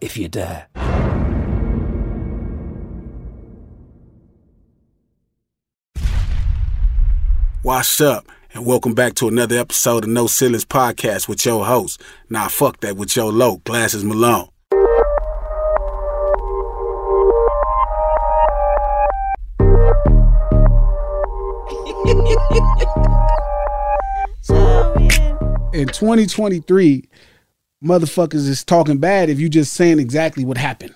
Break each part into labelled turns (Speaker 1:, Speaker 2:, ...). Speaker 1: if you dare.
Speaker 2: Washed up, and welcome back to another episode of No Ceilings Podcast with your host. Nah, fuck that with your low, Glasses Malone.
Speaker 3: in 2023, motherfuckers is talking bad if you just saying exactly what happened.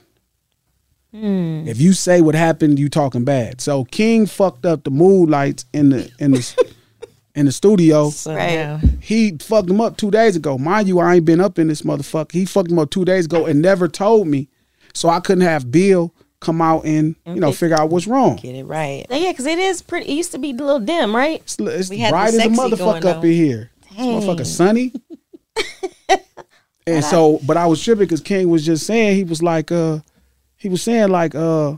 Speaker 4: Mm-hmm.
Speaker 3: If you say what happened, you talking bad. So King fucked up the mood lights in the in the in the studio.
Speaker 4: right.
Speaker 3: He fucked them up two days ago. Mind you, I ain't been up in this motherfucker. He fucked them up two days ago and never told me, so I couldn't have Bill come out and you know figure out what's wrong.
Speaker 4: Get it right.
Speaker 5: Yeah, because it is pretty. It used to be a little dim, right?
Speaker 3: It's, it's
Speaker 4: We had the
Speaker 3: bright as a
Speaker 4: sexy
Speaker 3: motherfucker
Speaker 4: going
Speaker 3: up
Speaker 4: on.
Speaker 3: in here. It's motherfucker sunny. and so, but I was tripping because King was just saying he was like, uh, he was saying like, uh,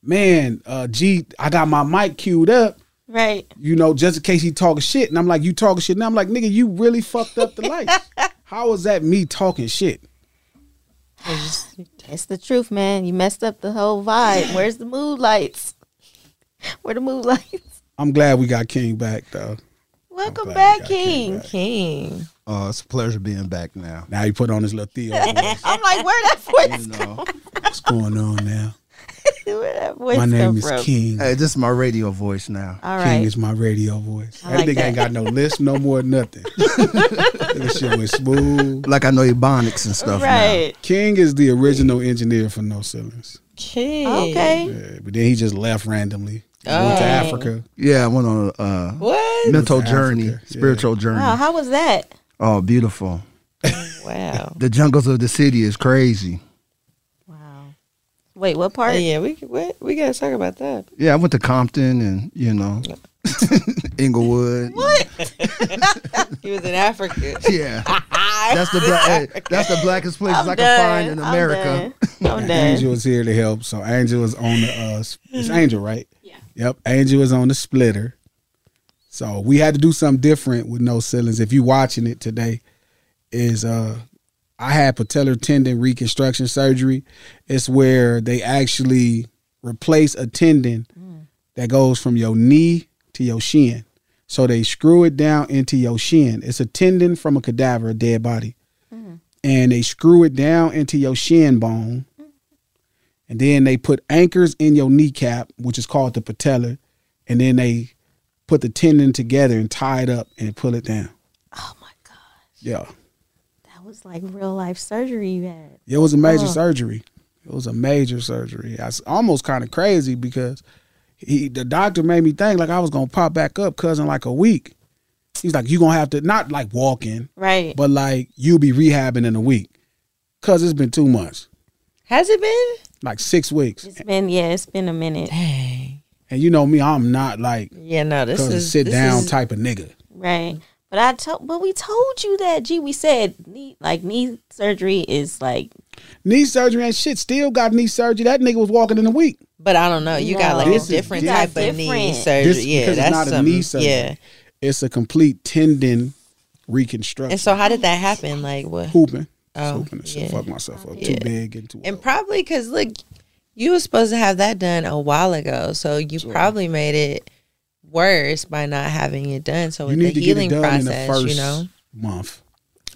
Speaker 3: man, uh, G, I got my mic queued up.
Speaker 5: Right.
Speaker 3: You know, just in case he talking shit, and I'm like, you talking shit, and I'm like, nigga, you really fucked up the lights. How is that me talking shit?
Speaker 5: It's the truth, man. You messed up the whole vibe. Where's the mood lights? Where the mood lights?
Speaker 3: I'm glad we got King back though.
Speaker 5: Welcome
Speaker 3: glad
Speaker 5: back,
Speaker 3: you got King
Speaker 5: King.
Speaker 4: King.
Speaker 6: Uh, it's a pleasure being back now.
Speaker 3: Now he put on his little Theo. voice.
Speaker 5: I'm like, where that voice?
Speaker 6: You know,
Speaker 3: What's going on now?
Speaker 5: Where that voice
Speaker 3: My
Speaker 5: come
Speaker 3: name is
Speaker 5: from?
Speaker 3: King.
Speaker 6: hey, this is my radio voice now.
Speaker 5: All
Speaker 3: King
Speaker 5: right.
Speaker 3: is my radio voice.
Speaker 5: I like
Speaker 3: that nigga
Speaker 5: that.
Speaker 3: ain't got no list, no more nothing. that shit went smooth.
Speaker 6: Like I know ebonics and stuff
Speaker 5: right.
Speaker 3: King is the original engineer for No Ceilings.
Speaker 4: King.
Speaker 5: Okay.
Speaker 3: Yeah, but then he just left randomly. He Went to Africa.
Speaker 6: now. Yeah, I went on a uh,
Speaker 4: What?
Speaker 6: mental
Speaker 3: Africa,
Speaker 6: journey,
Speaker 3: yeah.
Speaker 6: spiritual journey.
Speaker 5: Wow, Oh, how was that?
Speaker 6: Oh, beautiful.
Speaker 4: Wow.
Speaker 6: The jungles of the city is crazy.
Speaker 5: Wait, what part?
Speaker 4: yeah, we what, we gotta talk about that.
Speaker 6: Yeah, I went to Compton and you know Inglewood.
Speaker 4: What? he was in Africa.
Speaker 6: Yeah, that's the black, hey, that's the blackest places
Speaker 4: I'm
Speaker 6: I
Speaker 4: done.
Speaker 6: can find in
Speaker 4: I'm
Speaker 6: America.
Speaker 3: Angel is here to help. So Angel is on the uh s- it's Angel, right? Yeah. Yep. Angel is on the splitter. So we had to do something different with no ceilings. If you watching it today, is uh I had patellar tendon reconstruction surgery. It's where they actually replace a tendon that goes from your knee to your shin. So they screw it down into your shin. It's a tendon from a cadaver, a dead body. And they screw it down into your shin bone. And then they put anchors in your kneecap, which is called the patella. And then they put the tendon together and tie it up and pull it down.
Speaker 5: Oh
Speaker 3: my gosh. Yeah.
Speaker 5: That was like real life surgery you had.
Speaker 3: It was a major
Speaker 5: Oh.
Speaker 3: surgery. It was a major surgery. I was almost kind of crazy because he the doctor made me think like I was gonna pop back up, cousin, like a week. He's like, you gonna have to not like walk in,
Speaker 5: Right.
Speaker 3: but like you'll be rehabbing in a week. Cause it's been two months,
Speaker 4: Has it been?
Speaker 3: like six weeks.
Speaker 5: It's been yeah, it's been a minute.
Speaker 4: Dang.
Speaker 3: And you know me, I'm not like
Speaker 4: Yeah, no, this
Speaker 3: cousin
Speaker 4: is
Speaker 3: sit
Speaker 4: this
Speaker 3: down
Speaker 4: is-
Speaker 3: type of nigga.
Speaker 5: Right. But I told but we told you that, G, we said knee like knee surgery is like
Speaker 3: Knee surgery and shit, still got knee surgery. That nigga was walking in a week.
Speaker 4: But I don't know. You got like
Speaker 3: This is
Speaker 4: a different
Speaker 3: different.
Speaker 4: type of knee surgery.
Speaker 3: This-
Speaker 4: yeah,
Speaker 3: because
Speaker 4: that's
Speaker 3: it's not a
Speaker 4: something-
Speaker 3: knee surgery.
Speaker 4: Yeah.
Speaker 3: It's a complete tendon reconstruction.
Speaker 4: And so, how did that happen? Like what?
Speaker 3: hooping.
Speaker 4: Oh,
Speaker 3: hooping and shit.
Speaker 4: yeah.
Speaker 3: Fuck myself up too
Speaker 4: Yeah.
Speaker 3: big and too.
Speaker 4: And probably because look, you were supposed to have that done a while ago, so you probably made it worse by not having it done. So
Speaker 3: you
Speaker 4: with
Speaker 3: need
Speaker 4: the
Speaker 3: to get it
Speaker 4: healing
Speaker 3: done
Speaker 4: process,
Speaker 3: in the first
Speaker 4: you know,
Speaker 3: month.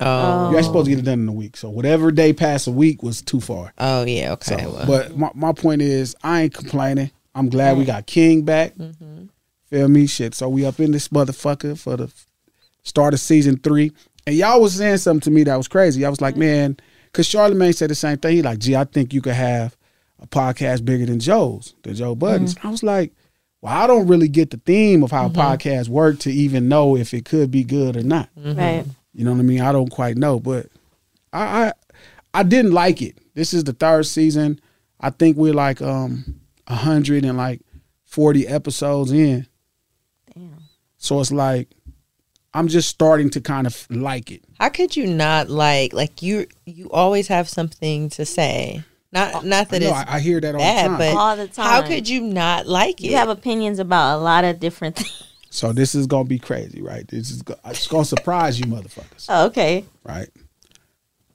Speaker 4: Oh.
Speaker 3: you're supposed to get it done in a week. So whatever day past a week was too far.
Speaker 4: Oh yeah, okay.
Speaker 3: So,
Speaker 4: well.
Speaker 3: But my, my point is, I ain't complaining. I'm glad we got King back. Feel me, shit. So we up in this motherfucker for the f- start of season three, and y'all was saying something to me that was crazy. I was like, man, because Charlemagne said the same thing. He like, gee, I think you could have a podcast bigger than Joe's, than Joe Budden's. I was like, well, I don't really get the theme of how podcasts work to even know if it could be good or not.
Speaker 5: Right.
Speaker 3: You know what I mean? I don't quite know, but I I, I didn't like it. This is the third season. I think we're like um a hundred and like forty episodes in.
Speaker 5: Damn.
Speaker 3: So it's like I'm just starting to kind of like it.
Speaker 4: how could you not like like you? You always have something to say. Not not that
Speaker 3: Uh, I know,
Speaker 4: it's
Speaker 3: I- I hear that all the
Speaker 4: bad,
Speaker 3: time.
Speaker 4: But
Speaker 5: all the time.
Speaker 4: How could you not like it?
Speaker 5: You have opinions about a lot of different things.
Speaker 3: So this is gonna be crazy, right? This is go- it's gonna surprise you, motherfuckers,
Speaker 5: Oh, okay.
Speaker 3: right?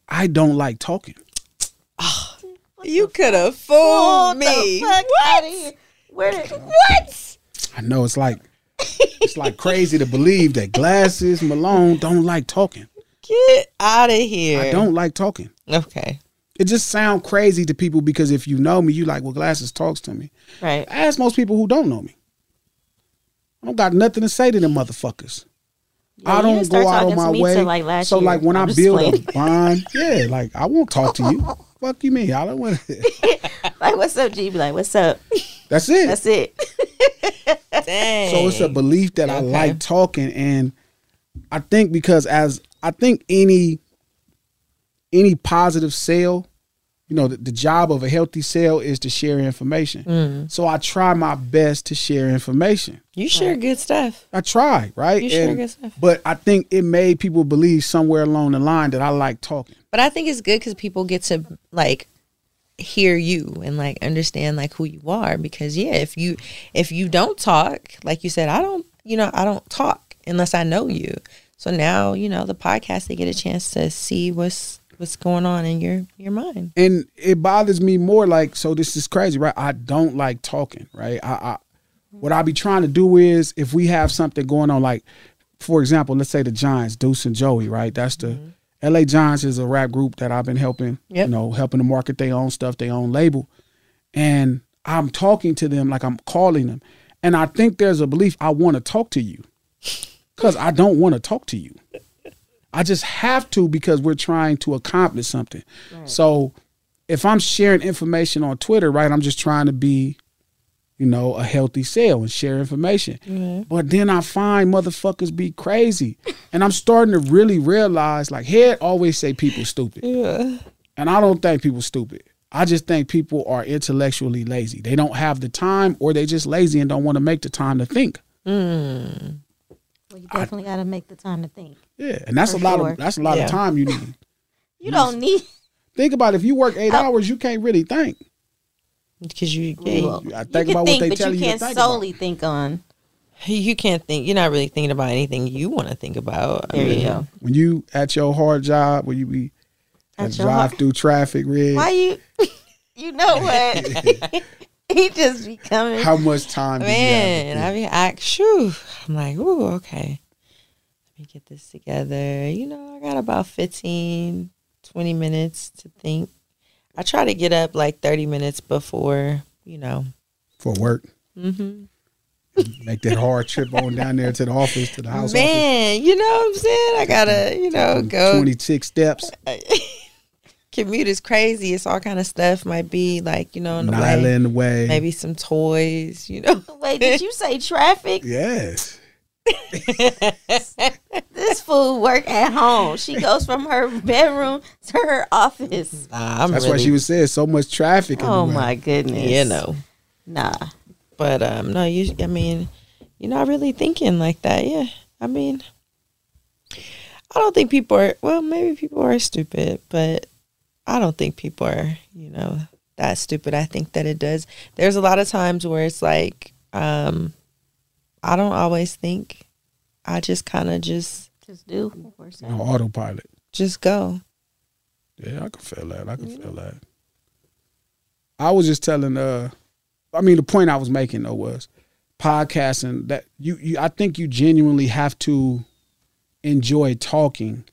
Speaker 3: I don't like talking.
Speaker 4: you could have fooled me.
Speaker 5: What? Where did,
Speaker 4: what?
Speaker 3: I know it's like it's like crazy to believe that glasses Malone don't like talking.
Speaker 4: Get out of here.
Speaker 3: I don't like talking.
Speaker 4: Okay.
Speaker 3: It just sounds crazy to people because if you know me, you like, well, glasses talks to me.
Speaker 5: Right.
Speaker 3: Ask most people who don't know me. I don't got nothing to say to them motherfuckers.
Speaker 5: Yeah,
Speaker 3: I
Speaker 5: you
Speaker 3: don't
Speaker 5: didn't start
Speaker 3: go out
Speaker 5: talking
Speaker 3: of
Speaker 5: to
Speaker 3: my
Speaker 5: me
Speaker 3: way.
Speaker 5: till, like, last
Speaker 3: so
Speaker 5: year.
Speaker 3: like when
Speaker 5: I'm
Speaker 3: i
Speaker 5: just
Speaker 3: build
Speaker 5: playing.
Speaker 3: a bond, yeah, like I won't talk to you. Fuck you mean? I don't want to.
Speaker 5: like what's up, G? Be like, what's up?
Speaker 3: That's it.
Speaker 5: That's it.
Speaker 4: Dang.
Speaker 3: So it's a belief that I like talking, and I think because as I think any any positive sale, you know, the, the job of a healthy sale is to share information.
Speaker 4: Mm.
Speaker 3: So I try my best to share information.
Speaker 4: You share good stuff.
Speaker 3: I try, right?
Speaker 4: You share
Speaker 3: And-
Speaker 4: good stuff.
Speaker 3: But I think it made people believe somewhere along the line that I like talking.
Speaker 4: But I think it's good because people get to like hear you and like understand like who you are because yeah, if you if you don't talk, like you said, I don't you know I don't talk unless I know you. So now you know the podcast they get a chance to see what's what's going on in your your mind.
Speaker 3: and it bothers me more like so this is crazy right i don't like talking right i, I what i be trying to do is if we have something going on like for example let's say the giants deuce and joey right that's the la giants is a rap group that i've been helping
Speaker 4: Yep.
Speaker 3: you know helping to market their own stuff their own label and i'm talking to them like i'm calling them and i think there's a belief i want to talk to you because i don't want to talk to you I just have to because we're trying to accomplish something. So if I'm sharing information on Twitter, right, I'm just trying to be, you know, a healthy sale and share information. But then I find motherfuckers be crazy. and I'm starting to really realize like head always say people stupid.
Speaker 4: Yeah.
Speaker 3: And I don't think people stupid. I just think people are intellectually lazy. They don't have the time or they just lazy and don't want to make the time to think.
Speaker 5: Mm. Well, you definitely got to make the time to think.
Speaker 3: Yeah, and that's
Speaker 5: For
Speaker 3: a lot
Speaker 5: sure.
Speaker 3: of that's a lot
Speaker 5: Yeah.
Speaker 3: of time you need.
Speaker 5: You don't need.
Speaker 3: Think about it, if you work 8 hours, you can't really think.
Speaker 4: Because you,
Speaker 5: Well,
Speaker 3: I
Speaker 5: you
Speaker 3: think
Speaker 5: can
Speaker 3: about
Speaker 5: think,
Speaker 3: what they
Speaker 5: but
Speaker 3: tell
Speaker 5: you
Speaker 3: you,
Speaker 5: can't
Speaker 3: to think about.
Speaker 5: solely think on.
Speaker 4: You can't think. You're not really thinking about anything you want to think about.
Speaker 5: There you go.
Speaker 3: When you at your hard job, when you be
Speaker 5: At
Speaker 3: at
Speaker 5: your hard-
Speaker 3: drive through traffic, red.
Speaker 5: Why you? You know what? he just becoming.
Speaker 3: How much time do you have?
Speaker 4: Man, I mean, I shoo. I'm like, ooh, okay. Let me get this together. You know, I got about 15, 20 minutes to think. I try to get up like 30 minutes before, you know.
Speaker 3: for work?
Speaker 5: Mm-hmm.
Speaker 4: hmm
Speaker 3: Make that hard trip on down there to the office, to the house office.
Speaker 4: Man, you know what I'm saying? I gotta, you know, go.
Speaker 3: Twenty six steps,
Speaker 4: Commute is crazy. It's all kind of stuff. Might be like, you know, in the
Speaker 3: Nyla
Speaker 4: way.
Speaker 3: in the way.
Speaker 4: Maybe some toys, you know.
Speaker 5: Wait, did you say traffic?
Speaker 3: Yes.
Speaker 5: This fool work at home. She goes from her bedroom to her office.
Speaker 3: That's why she was saying so much traffic.
Speaker 5: Oh
Speaker 3: everywhere.
Speaker 5: my goodness.
Speaker 4: You know.
Speaker 5: Nah.
Speaker 4: But um no, you I mean, you're not really thinking like that. Yeah. I mean I don't think people are well, maybe people are stupid, but I don't think people are, you know, that stupid. I think that it does. There's a lot of times where it's like um I don't always think. I just kind of just
Speaker 5: just do
Speaker 3: On autopilot.
Speaker 4: just go.
Speaker 3: Yeah, I can feel that. I can feel that. I was just telling uh I mean the point I was making though was podcasting that you, you I think you genuinely have to enjoy talking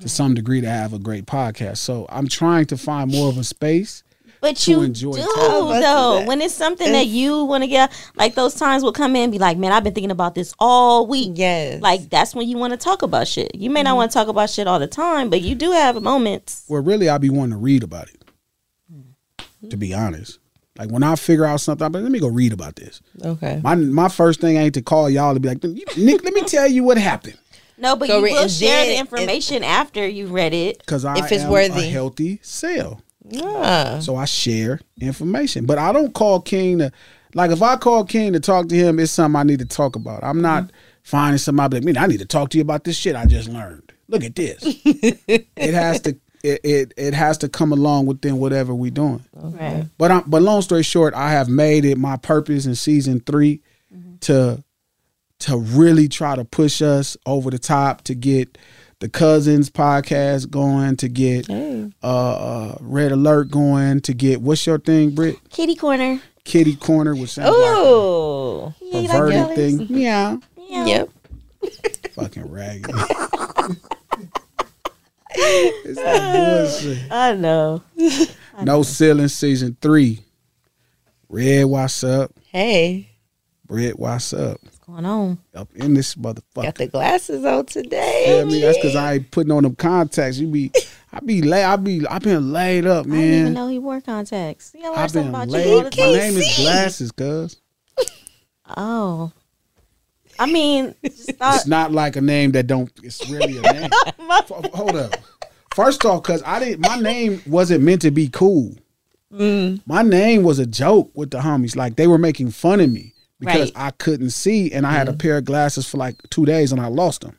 Speaker 3: to some degree to have a great podcast. So I'm trying to find more of a space
Speaker 5: But
Speaker 3: to
Speaker 5: you
Speaker 3: enjoy
Speaker 5: do
Speaker 3: talking.
Speaker 5: though. Oh, When it's something that you want to get, like those times will come in and be like, "Man, I've been thinking about this all week."
Speaker 4: Yes.
Speaker 5: Like that's when you want to talk about shit. You
Speaker 3: Mm-hmm.
Speaker 5: may not want to talk about shit all the time, but you do have moments.
Speaker 3: Well, really, I'll be wanting to read about it. To be honest, like when I figure out something, I'm like, let me go read about this.
Speaker 4: Okay.
Speaker 3: My my first thing ain't to call y'all to be like, Nick, let me tell you what happened.
Speaker 5: No, but
Speaker 4: Go
Speaker 5: you
Speaker 4: read-
Speaker 5: will
Speaker 4: and
Speaker 5: share the
Speaker 4: then-
Speaker 5: information after you read it.
Speaker 3: because I
Speaker 5: If it's
Speaker 3: am
Speaker 5: worthy.
Speaker 3: a healthy sale.
Speaker 4: Yeah.
Speaker 3: So I share information, but I don't call King to like if I call King to talk to him, it's something I need to talk about. I'm not
Speaker 5: Mm-hmm.
Speaker 3: finding somebody like, man, I need to talk to you about this shit I just learned. Look at this. it has to it, it it has to come along within whatever we're doing.
Speaker 5: Right.
Speaker 3: But I'm, but long story short, I have made it my purpose in season 3 to to really try to push us over the top to get the cousins podcast going to get uh, uh red alert going to get what's your thing Britt
Speaker 5: Kitty corner.
Speaker 3: kitty corner which sounds
Speaker 4: Oh.
Speaker 3: like a perverted thing Yeah.
Speaker 4: Yep.
Speaker 3: fucking raggedy it's that bullshit
Speaker 5: I know.
Speaker 3: no ceiling season three red what's up
Speaker 4: Hey,
Speaker 3: Britt what's up what's
Speaker 5: going on
Speaker 3: up in this motherfucker
Speaker 4: got the glasses on today.
Speaker 3: Yeah, I mean that's because I ain't putting on them contacts. You be, I be lay, I be, I been laid up,
Speaker 5: I didn't even
Speaker 3: man.
Speaker 5: know he wore contacts. See, I learned
Speaker 3: I've
Speaker 5: something
Speaker 3: been
Speaker 5: about you all
Speaker 3: laid.
Speaker 5: the
Speaker 3: My
Speaker 5: time.
Speaker 3: name is Glasses, cuz
Speaker 5: Oh. I mean, just thought,
Speaker 3: it's not like a name that don't. It's really a name. F- Hold up. First off, cuz I didn't. My name wasn't meant to be cool.
Speaker 5: Mm,
Speaker 3: My name was a joke with the homies. Like they were making fun of me because
Speaker 4: Right.
Speaker 3: I couldn't see, and I had a pair of glasses for like two days, and I lost them.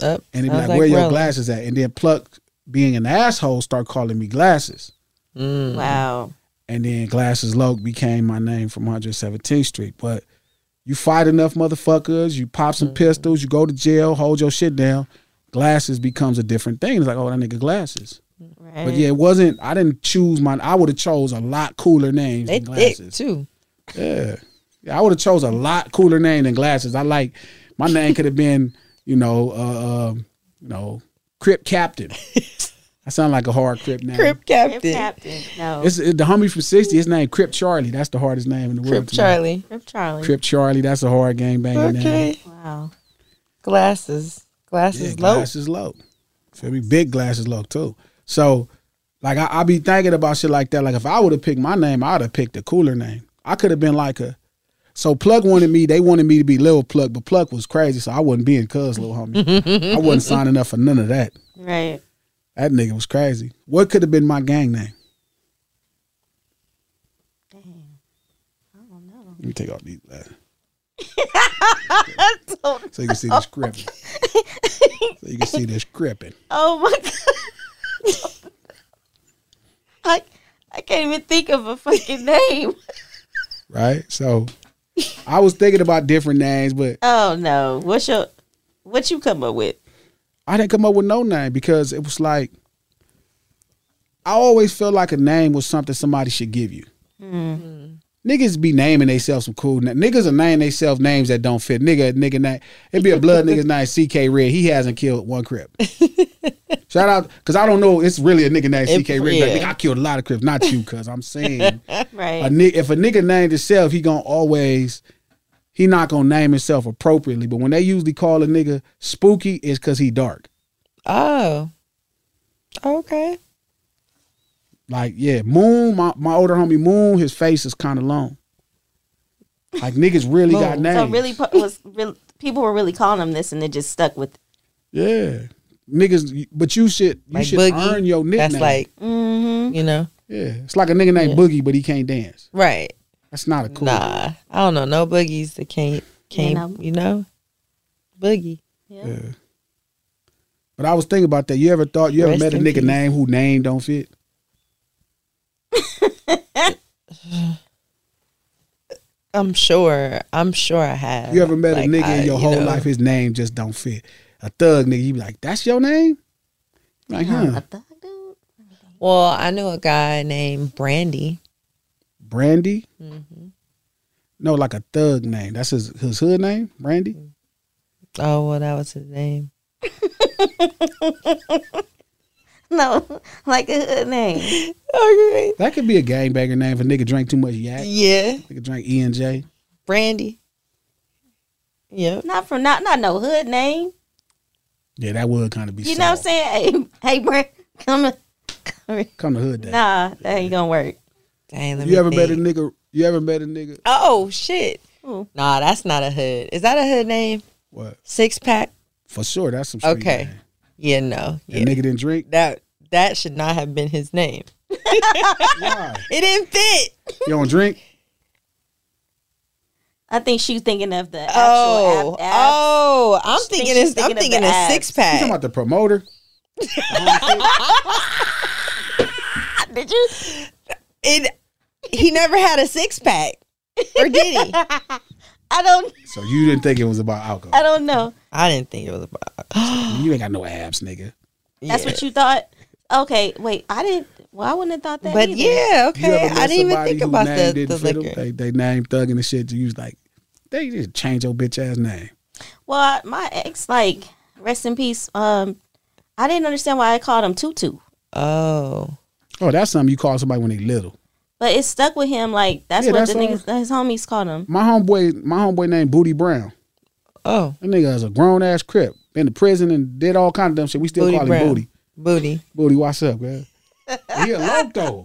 Speaker 4: Up.
Speaker 3: And they'd be
Speaker 4: I
Speaker 3: like,
Speaker 4: was
Speaker 3: "Where your
Speaker 4: really?
Speaker 3: glasses at?" And then Pluck, being an asshole, start calling me glasses.
Speaker 5: wow.
Speaker 3: And then Glasses Loke became my name from 117th Street. But you fight enough motherfuckers, you pop some pistols, you go to jail, hold your shit down. Glasses becomes a different thing. It's like, oh, that nigga glasses.
Speaker 5: Right.
Speaker 3: But yeah, it wasn't. I didn't choose mine. I would have chose a lot cooler names
Speaker 4: They
Speaker 3: than
Speaker 4: thick
Speaker 3: glasses.
Speaker 4: too.
Speaker 3: Yeah. yeah I would have chose a lot cooler name than glasses. I like my name could have been, you know, uh, um, you know, Crip Captain. I sound like a hard Crip name.
Speaker 4: Crip captain.
Speaker 5: captain. No.
Speaker 3: It's it, the homie from sixty. His name Crip Charlie. That's the hardest name in the world.
Speaker 4: Crip
Speaker 3: to me.
Speaker 4: Charlie.
Speaker 5: Crip Charlie.
Speaker 3: Crip Charlie. That's a hard game banging name.
Speaker 4: Okay.
Speaker 5: Wow.
Speaker 4: Glasses. Glasses
Speaker 3: Yeah,
Speaker 4: low.
Speaker 3: glasses low. Feel me? Big glasses low too. So, like, I, I be thinking about shit like that. Like, if I would have picked my name, I'd have picked a cooler name. I could have been like a. So Plug wanted me. They wanted me to be Lil Plug, but Plug was crazy, so I wasn't being Cuz Lil homie. I wasn't signing up for none of that.
Speaker 5: Right.
Speaker 3: That nigga was crazy. What could have been my gang name?
Speaker 5: Oh,
Speaker 3: Let me take off these glasses.
Speaker 5: I don't
Speaker 3: So you can see
Speaker 5: know.
Speaker 3: this gripping. so you can see this gripping.
Speaker 5: Oh my god. I I can't even think of a fucking name.
Speaker 3: Right? So I was thinking about different names, but
Speaker 5: Oh no. What's your what you come up with?
Speaker 3: I didn't come up with no name because it was like I always felt like a name was something somebody should give you.
Speaker 5: Hmm.
Speaker 3: Niggas be naming themselves some cool na- niggas are naming themselves names that don't fit. Nigga, nigga, na- it'd be a blood nigga's name, CK Red. He hasn't killed one crip. Shout out, because I don't know, it's really a nigga named
Speaker 5: It-
Speaker 3: CK Red. Like,
Speaker 5: yeah.
Speaker 3: nigga, I killed a lot of crips, not you, cuz I'm saying
Speaker 5: right.
Speaker 3: a ni- if a nigga named himself, he gonna always he not gonna name himself appropriately. But when they usually call a nigga spooky, it's cause he dark.
Speaker 4: Oh. Okay.
Speaker 3: Like yeah, Moon, my, my older homie Moon, his face is kind of long. Like niggas really got names.
Speaker 5: So really pu- was real people were really calling him this and it just stuck with
Speaker 3: yeah, niggas. But you should you
Speaker 4: Like
Speaker 3: should
Speaker 4: Boogie,
Speaker 3: earn your nickname.
Speaker 4: that's like-
Speaker 5: mm-hmm.
Speaker 4: You know.
Speaker 3: yeah, it's like a nigga named
Speaker 4: Yeah.
Speaker 3: Boogie, but he can't dance.
Speaker 4: Right.
Speaker 3: That's not a cool.
Speaker 4: Nah. I don't know. No boogies that can't can't
Speaker 5: You know.
Speaker 4: you know? Boogie.
Speaker 3: Yeah. But I was thinking about that. You ever thought you ever
Speaker 4: Rest
Speaker 3: met a
Speaker 4: in
Speaker 3: nigga
Speaker 4: peace.
Speaker 3: name who name don't fit?
Speaker 4: I'm sure. I'm sure I have.
Speaker 3: You ever met
Speaker 4: Like,
Speaker 3: a nigga
Speaker 4: I-
Speaker 3: in your
Speaker 4: you
Speaker 3: whole
Speaker 4: know.
Speaker 3: life, his name just don't fit. A thug nigga, you be like, that's your name? Like, huh?
Speaker 4: Well, I knew a guy named Brandy.
Speaker 3: Brandy?
Speaker 5: Mm-hmm.
Speaker 4: hmm
Speaker 3: No, like a thug name. That's his his hood name, Brandy?
Speaker 4: Oh, well, that was his name.
Speaker 5: No, like a hood name.
Speaker 4: Okay.
Speaker 3: That could be a gangbanger name if a nigga drank too much yak.
Speaker 4: Yeah,
Speaker 3: Nigga drank E and J.
Speaker 4: Brandy. Yep.
Speaker 5: Not from not not no hood name.
Speaker 3: Yeah, that would kind of be
Speaker 5: You know what I'm
Speaker 3: sour.
Speaker 5: saying? Hey, hey, Brent, come here.
Speaker 3: Come to hood day.
Speaker 5: Nah, that ain't gonna work.
Speaker 4: Dang, let
Speaker 3: you
Speaker 4: me
Speaker 3: ever met a
Speaker 4: think.
Speaker 3: nigga you ever met a nigga?
Speaker 4: Oh shit.
Speaker 5: Ooh.
Speaker 4: Nah, that's not a hood. Is that a hood name?
Speaker 3: What?
Speaker 4: Six pack.
Speaker 3: For sure, that's some street
Speaker 4: Okay.
Speaker 3: name.
Speaker 4: Yeah. No.
Speaker 3: That
Speaker 4: Yeah.
Speaker 3: nigga didn't drink?
Speaker 4: That that should not have been his name.
Speaker 3: Why?
Speaker 4: It didn't fit.
Speaker 3: You don't drink?
Speaker 5: I think she's thinking of the actual
Speaker 4: Oh.
Speaker 5: ab- abs.
Speaker 4: Oh. I'm
Speaker 5: She thinks
Speaker 4: thinking.
Speaker 5: she's
Speaker 4: It's, I'm
Speaker 5: thinking of
Speaker 4: thinking
Speaker 5: the
Speaker 4: a
Speaker 5: abs.
Speaker 4: six
Speaker 3: You talking
Speaker 4: pack.
Speaker 3: about the promoter?
Speaker 5: Ah, Did you?
Speaker 4: It. He never had a six pack. Or did he?
Speaker 5: I don't.
Speaker 3: So you didn't think it was about alcohol.
Speaker 5: I don't know.
Speaker 4: I didn't think it was about.
Speaker 3: You ain't got no abs, nigga.
Speaker 5: That's what you thought. Okay, wait. I didn't. Well, I wouldn't have thought that.
Speaker 4: But
Speaker 5: either.
Speaker 4: yeah,
Speaker 3: You ever
Speaker 4: okay.
Speaker 3: met
Speaker 4: I didn't even
Speaker 3: somebody
Speaker 4: think
Speaker 3: whose
Speaker 4: about
Speaker 3: name
Speaker 4: the, the
Speaker 3: didn't fit 'em?
Speaker 4: liquor.
Speaker 3: They, they name thugging and shit. You was like, they just change your bitch ass name.
Speaker 5: Well, my ex, like, rest in peace. Um, I didn't understand why I called him Tutu,
Speaker 4: Oh,
Speaker 3: Oh, that's something you call somebody when they little.
Speaker 5: but it stuck with him. Like that's
Speaker 3: Yeah,
Speaker 5: what
Speaker 3: that's
Speaker 5: the
Speaker 3: all.
Speaker 5: niggas, his homies called him.
Speaker 3: My homeboy, my homeboy named Booty Brown.
Speaker 4: oh,
Speaker 3: That nigga is a grown ass crip. Been to prison and did all kind of dumb shit. We still
Speaker 4: Booty
Speaker 3: call
Speaker 4: Brown.
Speaker 3: him Booty.
Speaker 4: booty.
Speaker 3: Booty, what's up, man? he a lope though.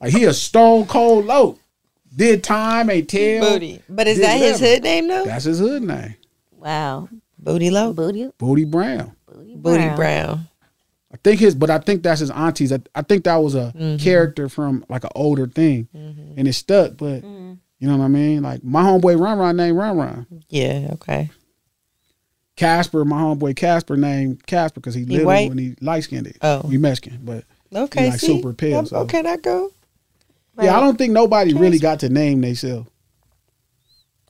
Speaker 3: Like he a stone cold lope. Did time, ain't tell.
Speaker 4: Booty. But is
Speaker 3: did
Speaker 4: that his
Speaker 3: whatever.
Speaker 4: hood name though?
Speaker 3: That's his hood name,
Speaker 5: Wow,
Speaker 4: booty low.
Speaker 5: booty,
Speaker 3: Booty Brown.
Speaker 5: booty,
Speaker 4: Booty
Speaker 5: brown.
Speaker 4: brown.
Speaker 3: I think his, but I think that's his auntie's. I, I think that was a
Speaker 4: Mm-hmm.
Speaker 3: character from like an older thing, and it stuck. But
Speaker 5: Mm-hmm.
Speaker 3: you know what I mean? Like my homeboy Ron Ron named Ron Ron.
Speaker 4: Yeah, okay.
Speaker 3: Casper, my homeboy Casper named Casper because he, little
Speaker 4: white?
Speaker 3: and he light skinned.
Speaker 4: Oh.
Speaker 3: we Mexican, but
Speaker 4: Okay.
Speaker 3: like
Speaker 4: see?
Speaker 3: super pale,
Speaker 4: Yep,
Speaker 3: so-
Speaker 4: Okay, that Oh, go.
Speaker 3: yeah, I don't think nobody really got to name themselves.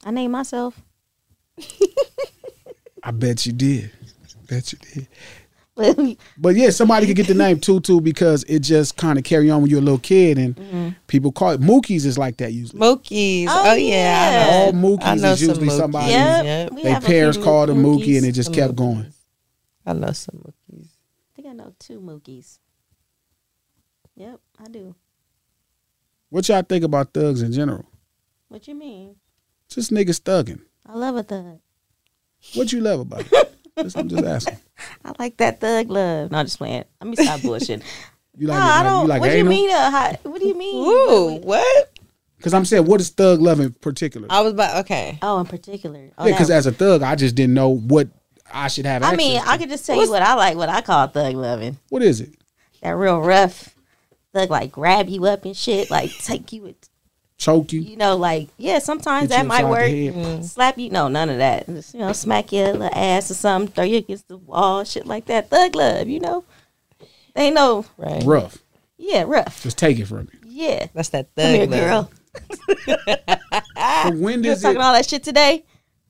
Speaker 5: I named myself,
Speaker 3: I bet you did. Bet you did.
Speaker 5: but
Speaker 3: But yeah, somebody could get the name Tutu because it just kind of carry on when you're a little kid, and people call it Mookies is like that usually.
Speaker 4: Mookies.
Speaker 5: Mm. Oh,
Speaker 4: Oh, yeah.
Speaker 5: yeah.
Speaker 4: I
Speaker 3: All
Speaker 4: know.
Speaker 3: Mookies
Speaker 4: I know
Speaker 3: is usually
Speaker 4: some Mookies.
Speaker 3: somebody-
Speaker 5: Yep.
Speaker 4: Yep.
Speaker 5: We
Speaker 3: They
Speaker 5: have a
Speaker 3: parents
Speaker 5: few
Speaker 3: called him
Speaker 5: Mookies.
Speaker 3: Mookie, and it just
Speaker 4: Some
Speaker 3: kept
Speaker 4: Mookies.
Speaker 3: going.
Speaker 4: I know some Mookies.
Speaker 5: I think I know two Mookies. Yep, I do.
Speaker 3: What y'all think about thugs in general?
Speaker 5: What you mean?
Speaker 3: Just niggas thugging.
Speaker 5: I love a thug.
Speaker 3: What you love about it? Just- I'm just asking.
Speaker 5: I like that thug love. No, I'm just playing. Let me stop bullshitting.
Speaker 3: You
Speaker 5: no,
Speaker 3: like,
Speaker 5: I
Speaker 3: it, like
Speaker 5: don't.
Speaker 3: you like
Speaker 5: what do you
Speaker 3: anal?
Speaker 5: mean? Uh, how, what do you mean?
Speaker 4: Ooh, what?
Speaker 3: Because I'm saying, what is thug love in particular?
Speaker 4: I was about okay.
Speaker 5: Oh, in particular. Oh,
Speaker 3: yeah, because
Speaker 5: that-
Speaker 3: as a thug, I just didn't know what I should have.
Speaker 5: I mean,
Speaker 3: access to.
Speaker 5: I could just tell you what I like. What I call thug loving.
Speaker 3: what is it?
Speaker 5: That real rough thug, like grab you up and shit, like take you. and-
Speaker 3: choke you.
Speaker 5: You know, like yeah, sometimes
Speaker 3: Hit you
Speaker 5: that might work.
Speaker 3: upside the
Speaker 4: Mm-hmm.
Speaker 3: head.
Speaker 5: Mm, Slap you, no, none of that. Just, you know, smack your little ass or something, throw you against the wall, shit like that. Thug love, you know. They know,
Speaker 3: Rough.
Speaker 5: yeah, rough,
Speaker 3: Just take it from you.
Speaker 5: yeah.
Speaker 4: That's that
Speaker 5: Come here,
Speaker 4: thug love.
Speaker 5: girl.
Speaker 3: But when
Speaker 5: You
Speaker 3: does
Speaker 5: Ah, talking
Speaker 3: it?
Speaker 5: all that shit today?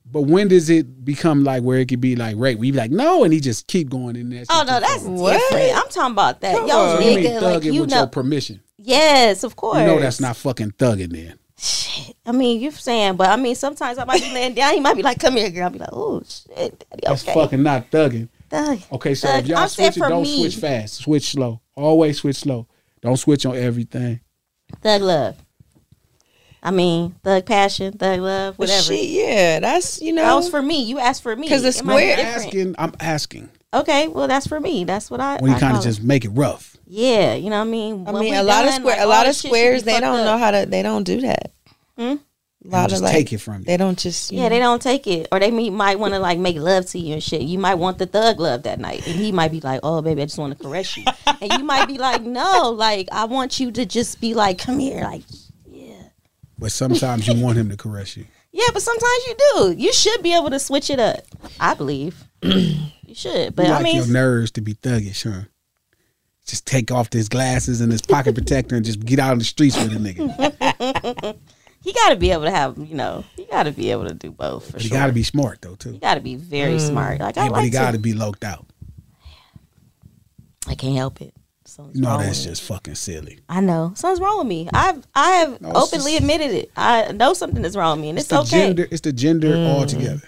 Speaker 3: But when does it become like where it could be like rape? We be like no, and he just keep going in there.
Speaker 5: Oh no, that's different. I'm talking about that. Yo,
Speaker 3: So you mean
Speaker 5: Oh, nigga,
Speaker 3: thug
Speaker 5: like
Speaker 3: it
Speaker 5: you
Speaker 3: with
Speaker 5: know.
Speaker 3: your permission?
Speaker 5: yes, of course.
Speaker 3: You know that's not fucking thugging then.
Speaker 5: I mean, you're saying, but I mean, sometimes I might be laying down. He might be like, "Come here, girl." I'll be like, "Oh shit, daddy,
Speaker 3: That's
Speaker 5: okay."
Speaker 3: fucking not thugging.
Speaker 5: Thug.
Speaker 3: Okay, so
Speaker 5: Thug.
Speaker 3: if y'all
Speaker 5: I'm saying
Speaker 3: switch it,
Speaker 5: for
Speaker 3: don't
Speaker 5: me.
Speaker 3: switch fast. Switch slow. Always switch slow. Don't switch on everything.
Speaker 5: Thug love. I mean, thug passion, thug love,
Speaker 4: But
Speaker 5: whatever.
Speaker 4: shit, yeah, that's you know
Speaker 5: that was for me. You asked for me
Speaker 4: 'Cause the
Speaker 5: It might be
Speaker 4: square-
Speaker 5: different.
Speaker 3: Asking, I'm asking.
Speaker 5: Okay, well, that's for me. That's what I.
Speaker 3: When you
Speaker 5: I
Speaker 3: kind of
Speaker 5: call it.
Speaker 3: just make it rough.
Speaker 5: Yeah, you know what I mean.
Speaker 4: I
Speaker 5: When
Speaker 4: mean,
Speaker 5: we
Speaker 4: a lot of
Speaker 5: done,
Speaker 4: square,
Speaker 5: like,
Speaker 4: a
Speaker 5: all
Speaker 4: lot of
Speaker 5: this shit should be
Speaker 4: squares, they
Speaker 5: fucked
Speaker 4: don't
Speaker 5: up.
Speaker 4: know how to, they don't do that.
Speaker 5: Hmm?
Speaker 4: A lot
Speaker 3: just
Speaker 4: of like,
Speaker 3: take it from you.
Speaker 4: They don't just, you
Speaker 5: Yeah, they don't take it, or they may, might want to like make love to you and shit. You might want the thug love that night, and he might be like, "Oh, baby, I just want to caress you,"
Speaker 4: mm.
Speaker 5: and you might be like, "No, like I want you to just be like, come here, like."
Speaker 3: But sometimes you want him to caress you.
Speaker 5: Yeah, but sometimes you do. You should be able to switch it up. I believe you should, but
Speaker 3: you
Speaker 5: I
Speaker 3: like
Speaker 5: mean,
Speaker 3: your nerves to be thuggish, huh? Just take off his glasses and his pocket protector and just get out on the streets with a nigga.
Speaker 5: you got to be able to have, you know, you got to be able to do both. For
Speaker 3: But he
Speaker 5: sure.
Speaker 3: gotta be smart though too.
Speaker 5: You got to be very
Speaker 3: Mm.
Speaker 5: smart. Like I
Speaker 3: yeah, but he
Speaker 5: like
Speaker 3: gotta
Speaker 5: to.
Speaker 3: be loked out.
Speaker 5: I can't help it. Something's
Speaker 3: You know
Speaker 5: wrong
Speaker 3: that's
Speaker 5: with me.
Speaker 3: just fucking silly.
Speaker 5: I know something's wrong with me. I've I have
Speaker 3: No, it's
Speaker 5: openly admitted it. I know something is wrong with me, and it's,
Speaker 3: the
Speaker 5: okay.
Speaker 3: gender. It's the gender
Speaker 5: Mm.
Speaker 3: altogether.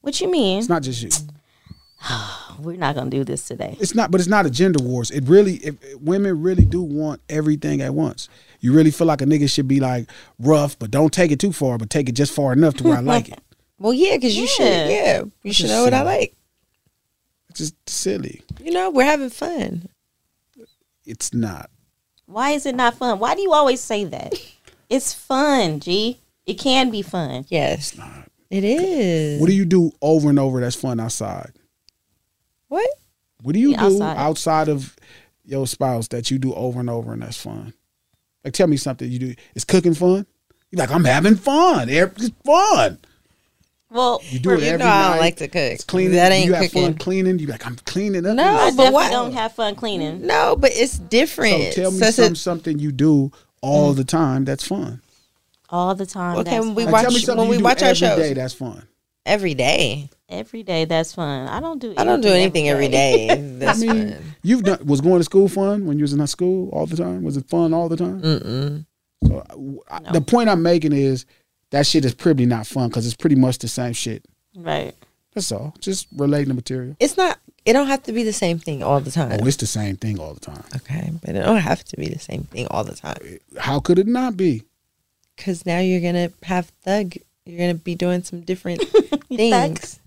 Speaker 5: What you mean? It's
Speaker 3: not just you.
Speaker 5: We're not gonna do this today.
Speaker 3: It's not, but it's not a gender wars. It really, if, if women really do want everything at once. You really feel like a nigga should be like rough, but don't take it too far, but take it just far enough to where I like it.
Speaker 4: well, yeah, because you
Speaker 5: Yeah.
Speaker 4: should, yeah, you
Speaker 3: That's
Speaker 4: should
Speaker 3: just
Speaker 4: know what I
Speaker 3: silly.
Speaker 4: like.
Speaker 3: It's just silly.
Speaker 4: You know, we're having fun.
Speaker 3: It's not.
Speaker 5: Why is it not fun? Why do you always say that? It's fun, G. It can be fun.
Speaker 4: Yes, it is.
Speaker 3: What do you do over and over that's fun outside?
Speaker 4: What?
Speaker 3: What do you
Speaker 5: Yeah,
Speaker 3: do outside.
Speaker 5: outside.
Speaker 3: of your spouse that you do over and over and that's fun? Like, tell me something you do. Is cooking fun? You're like, I'm having fun. It's fun.
Speaker 5: Well,
Speaker 3: You do
Speaker 5: for-
Speaker 3: it every
Speaker 4: I don't
Speaker 3: night.
Speaker 4: like to cook.
Speaker 3: It's cleaning.
Speaker 4: That ain't
Speaker 3: you have
Speaker 4: cooking.
Speaker 3: fun cleaning. You like I'm cleaning up.
Speaker 4: No,
Speaker 5: I
Speaker 4: but
Speaker 5: definitely
Speaker 4: why-
Speaker 5: don't have fun cleaning.
Speaker 4: No, but it's different.
Speaker 3: So tell me
Speaker 4: So Mm. it's a-
Speaker 3: some, something you do all the time that's fun.
Speaker 5: All the time.
Speaker 4: Okay,
Speaker 5: that's
Speaker 4: when we
Speaker 5: fun.
Speaker 3: Like, tell
Speaker 4: watch-
Speaker 3: me something
Speaker 4: when
Speaker 3: you
Speaker 4: we
Speaker 3: do
Speaker 4: watch our
Speaker 3: every
Speaker 4: shows.
Speaker 3: day that's fun.
Speaker 4: every day.
Speaker 5: every day that's fun. I don't do
Speaker 4: I don't do anything every day.
Speaker 3: I
Speaker 4: That's
Speaker 3: mean, you've done was going to school fun when you was in high school all the time. Was it fun all the time?
Speaker 4: Mm-mm.
Speaker 3: So uh, w- I- the point I'm making is that shit is pretty not fun because it's pretty much the same shit.
Speaker 5: Right.
Speaker 3: That's all. Just relating the material.
Speaker 4: It's not. It don't have to be the same thing all the time.
Speaker 3: Oh, it's the same thing all the time.
Speaker 4: okay, but it don't have to be the same thing all the time.
Speaker 3: How could it not be?
Speaker 4: Because now you're gonna have thug. You're gonna be doing some different things.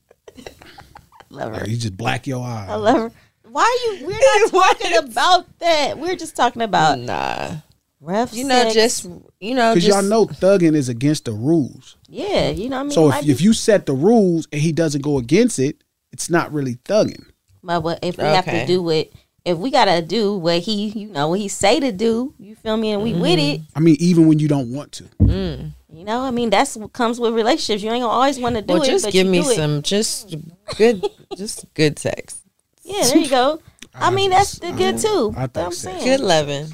Speaker 5: Love
Speaker 3: Or
Speaker 5: her.
Speaker 3: you just black your eye.
Speaker 5: I love her. Why are you? We're not talking about that. We're just talking about
Speaker 4: nah.
Speaker 5: rough.
Speaker 4: You know,
Speaker 5: sex.
Speaker 4: just you know,
Speaker 3: Because
Speaker 4: just
Speaker 3: y'all know thugging is against the rules.
Speaker 5: yeah. You know what I mean.
Speaker 3: So
Speaker 5: Why
Speaker 3: if,
Speaker 5: do-
Speaker 3: if you set the rules and he dodoesn't go against it, it's not really thugging.
Speaker 5: But what if we have to
Speaker 4: Okay.
Speaker 5: do it? If we gotta do what he, you know, what he say to do, you feel me? And we with it,
Speaker 3: I mean, even when you don't want to.
Speaker 4: Mm-hmm. Mm.
Speaker 5: you know. I mean, that's what comes with relationships. You ain't gonna always want to do
Speaker 4: Well,
Speaker 5: it,
Speaker 4: just
Speaker 5: but
Speaker 4: give
Speaker 5: you
Speaker 4: me
Speaker 5: do it.
Speaker 4: some just good, just good sex,
Speaker 5: Yeah, there you go. I, mean, that's the good too.
Speaker 3: I
Speaker 5: what I'm
Speaker 3: think
Speaker 5: saying.
Speaker 4: good loving.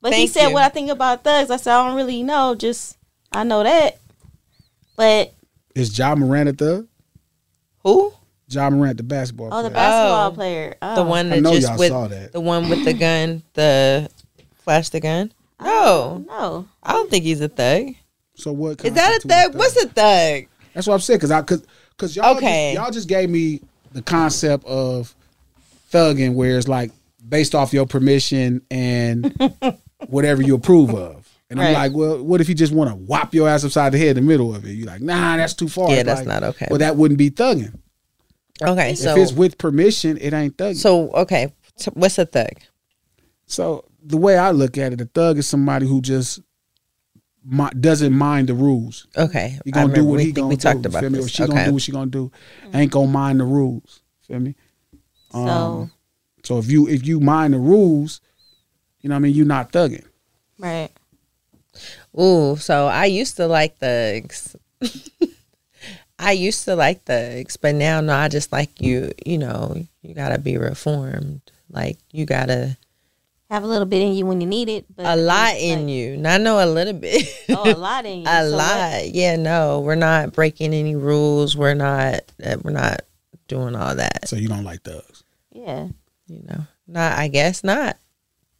Speaker 5: but he
Speaker 4: thank
Speaker 5: said
Speaker 4: you.
Speaker 5: what I think about thugs. I said I don't really know. Just I know that, but
Speaker 3: Is Ja Morant a thug?
Speaker 4: Who?
Speaker 3: Ja Morant, the basketball
Speaker 5: oh, the
Speaker 3: player.
Speaker 5: basketball player, oh,
Speaker 4: The one
Speaker 3: I
Speaker 4: that
Speaker 3: know
Speaker 4: just
Speaker 3: y'all
Speaker 4: with
Speaker 3: saw that.
Speaker 4: the one with the gun, the flash the gun.
Speaker 5: Oh.
Speaker 4: No,
Speaker 5: No,
Speaker 4: I don't think he's a thug.
Speaker 3: so what?
Speaker 4: Is that a
Speaker 3: constitutes
Speaker 4: thug? What's a thug?
Speaker 3: That's what I'm saying. Cause I cause cause y'all
Speaker 4: Okay.
Speaker 3: just, y'all just gave me the concept of thugging, where it's like based off your permission and whatever you approve of. And I'm
Speaker 4: Right.
Speaker 3: like, well, what if you just want to whop your ass upside the head in the middle of it? You're like, nah, that's too far.
Speaker 4: Yeah,
Speaker 3: It's
Speaker 4: that's
Speaker 3: like,
Speaker 4: not okay.
Speaker 3: Well, that wouldn't be thugging.
Speaker 4: Okay,
Speaker 3: if
Speaker 4: so
Speaker 3: it's with permission, it ain't thugging. So,
Speaker 4: so okay, so what's a thug?
Speaker 3: the way I look at it, a thug is somebody who just mi- doesn't mind the rules.
Speaker 4: Okay,
Speaker 3: He
Speaker 4: I
Speaker 3: gonna do
Speaker 4: remember
Speaker 3: what
Speaker 4: we
Speaker 3: he
Speaker 4: think
Speaker 3: gonna
Speaker 4: we
Speaker 3: do.
Speaker 4: talked about
Speaker 3: feel me? Or
Speaker 4: this.
Speaker 3: she gonna
Speaker 4: Okay.
Speaker 3: do what she gonna do. Ain't gonna mind the rules. Feel me? Um, so if you if you mind the rules, you know what I mean. You're not thugging.
Speaker 5: right.
Speaker 4: Ooh, so I used to like thugs. I used to like thugs, but now no, I just like you. You know, you gotta be reformed. Like you gotta
Speaker 5: have a little bit in you when you need it, but
Speaker 4: a lot in you. Not no, a little bit.
Speaker 5: oh, a lot in you.
Speaker 4: a
Speaker 5: So what-
Speaker 4: lot. Yeah, no, we're not breaking any rules. We're not. uh, We're not doing all that.
Speaker 3: So you don't like thugs?
Speaker 5: Yeah.
Speaker 4: You know, not. I guess not.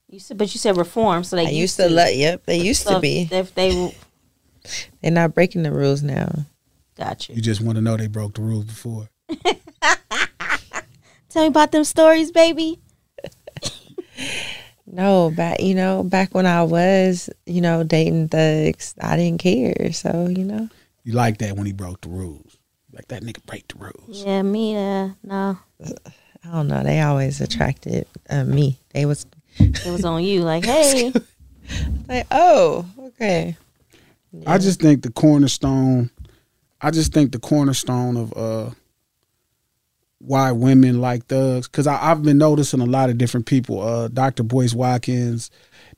Speaker 5: You said, but you said reform, so they
Speaker 4: I used to lo- yep, they used to
Speaker 5: So if-
Speaker 4: be.
Speaker 5: If they
Speaker 4: They're not breaking the rules now.
Speaker 5: Gotcha.
Speaker 3: You just want to know they broke the rules before.
Speaker 5: tell me about them stories, baby.
Speaker 4: No, back you know, back when I was, you know, dating thugs, I didn't care. So, you know.
Speaker 3: You like that when he broke the rules. Like that nigga break the rules.
Speaker 5: Yeah, me. Uh, no,
Speaker 4: I don't know. They always attracted uh, me. They was
Speaker 5: it was on you. Like, hey,
Speaker 4: like, oh, okay.
Speaker 3: I just think the cornerstone I just think the cornerstone of uh why women like thugs because I've been noticing a lot of different people, uh Dr. Boyce Watkins,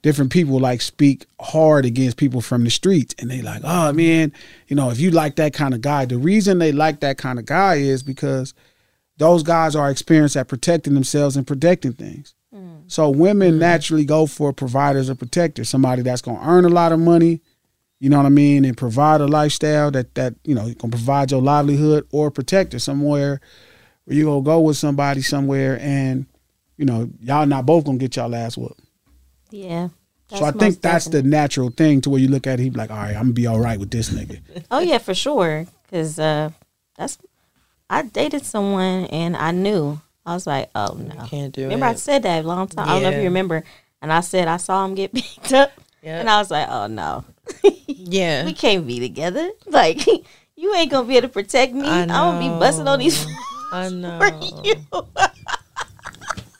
Speaker 3: different people like speak hard against people from the streets and they like, oh man, you know, if you like that kind of guy, the reason they like that kind of guy is because those guys are experienced at protecting themselves and protecting things. So women naturally go for providers or protectors, somebody that's gonna earn a lot of money, you know what I mean, and provide a lifestyle that that you know can provide your livelihood or protect it somewhere where you gonna go with somebody somewhere and you know y'all not both gonna get y'all ass whooped.
Speaker 5: yeah.
Speaker 3: so I think that's the natural thing to where you look at it, he be like, all right, I'm gonna be all right with this nigga.
Speaker 5: the. Oh yeah, for sure. Cause uh, that's I dated someone and I knew I was like, oh no,
Speaker 4: can't do
Speaker 5: Remember I
Speaker 4: it.
Speaker 5: said that a long time. I don't know if
Speaker 4: Yeah.
Speaker 5: you remember. And I said I saw him get picked up,
Speaker 4: Yep.
Speaker 5: and I was like, oh no,
Speaker 4: Yeah.
Speaker 5: we can't be together. Like, you ain't gonna be able to protect me.
Speaker 4: I
Speaker 5: I'm gonna be busting on these.
Speaker 4: Oh, I know.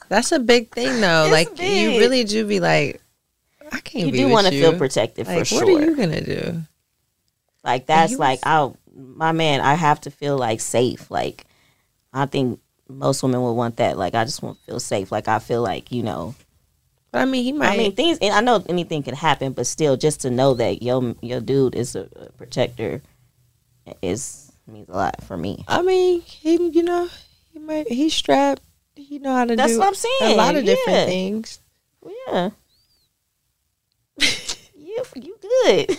Speaker 4: That's a big thing though. like you
Speaker 5: big.
Speaker 4: really do be like I can't
Speaker 5: You
Speaker 4: be
Speaker 5: do
Speaker 4: with
Speaker 5: wanna feel
Speaker 4: you.
Speaker 5: protected for
Speaker 4: Like, What
Speaker 5: sure.
Speaker 4: are you going to do?
Speaker 5: Like that's
Speaker 4: you
Speaker 5: like I my man, I have to feel like safe. Like I think most women would want that. Like I just want to feel safe. Like I feel like, you know,
Speaker 4: But I mean, he might
Speaker 5: I mean things and I know anything can happen, but still just to know that your your dude is a, a protector is means a lot for me.
Speaker 4: I mean, he you know, he might he's strapped. He know how to
Speaker 5: That's
Speaker 4: do
Speaker 5: what I'm saying.
Speaker 4: a lot of
Speaker 5: Yeah.
Speaker 4: different things.
Speaker 5: Yeah. you you good.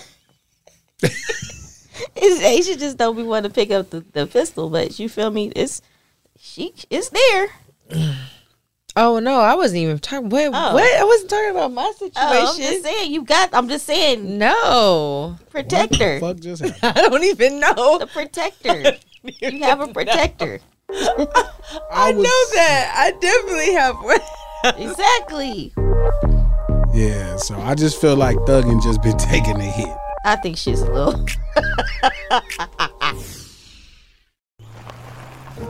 Speaker 5: it's Asia just don't be want to pick up the, the pistol, but you feel me? It's she it's there.
Speaker 4: Oh no, I wasn't even talking. What?
Speaker 5: Oh.
Speaker 4: What? I wasn't talking about my situation. Oh.
Speaker 5: Oh, I'm just saying you got. I'm just saying
Speaker 4: no
Speaker 5: protector.
Speaker 3: Fuck just happened.
Speaker 4: I don't even know.
Speaker 5: The protector. you have a protector.
Speaker 4: I, know that. I definitely have one.
Speaker 5: exactly.
Speaker 3: Yeah, so I just feel like thugging just been taking a hit.
Speaker 5: I think she's a little.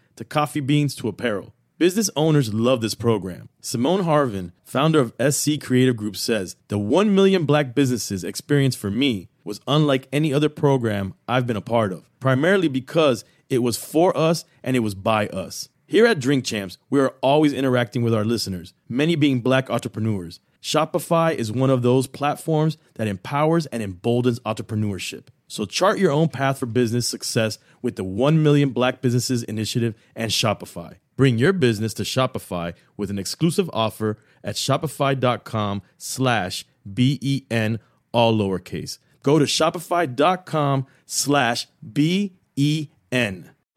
Speaker 7: to coffee beans to apparel. Business owners love this program. Simone Harvin, founder of SC Creative Group, says The 1 million black businesses experience for me was unlike any other program I've been a part of, primarily because it was for us and it was by us. Here at Drink Champs, we are always interacting with our listeners, many being black entrepreneurs. Shopify is one of those platforms that empowers and emboldens entrepreneurship. So chart your own path for business success with the 1 Million Black Businesses Initiative and Shopify. Bring your business to Shopify with an exclusive offer at shopify.com slash B-E-N, all lowercase. Go to shopify.com slash E B-E-N.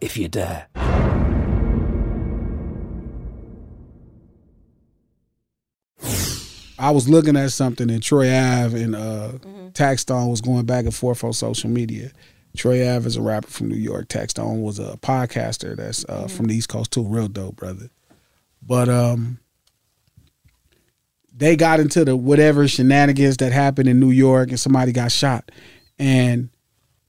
Speaker 1: if you dare.
Speaker 3: I was looking at something and Troy Ave and uh Taxstone was going back and forth on social media. Troy Ave is a rapper from New York. Taxstone was a podcaster that's uh, from the East Coast too, real dope brother. But um they got into the whatever shenanigans that happened in New York and somebody got shot. And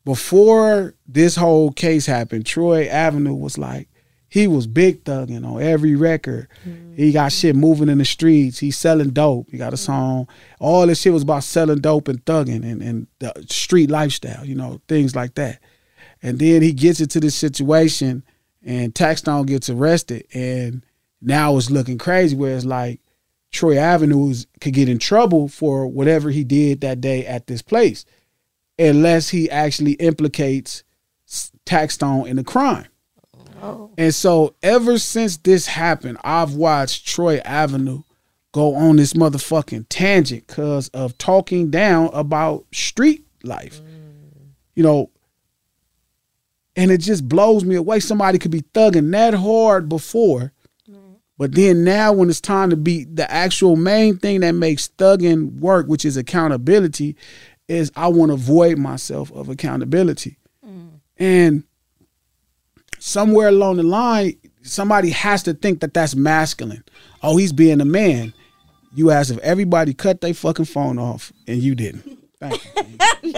Speaker 3: before this whole case happened, Troy Avenue was like, he was big thugging on every record. He got shit moving in the streets. He's selling dope. He got a song. All this shit was about selling dope and thugging and, and the street lifestyle, you know, things like that. And then he gets into this situation and Taxstone gets arrested. And now it's looking crazy where it's like Troy Avenues could get in trouble for whatever he did that day at this place unless he actually implicates Taxstone in the crime.
Speaker 4: Oh.
Speaker 3: And so ever since this happened, I've watched Troy Avenue go on this motherfucking tangent because of talking down about street life. You know, and it just blows me away. Somebody could be thugging that hard before. But then now when it's time to be the actual main thing that makes thugging work, which is accountability, is I want to void myself of accountability. And somewhere along the line, somebody has to think that that's masculine. Oh, he's being a man. You asked if everybody cut their fucking phone off, and you didn't. Thank you.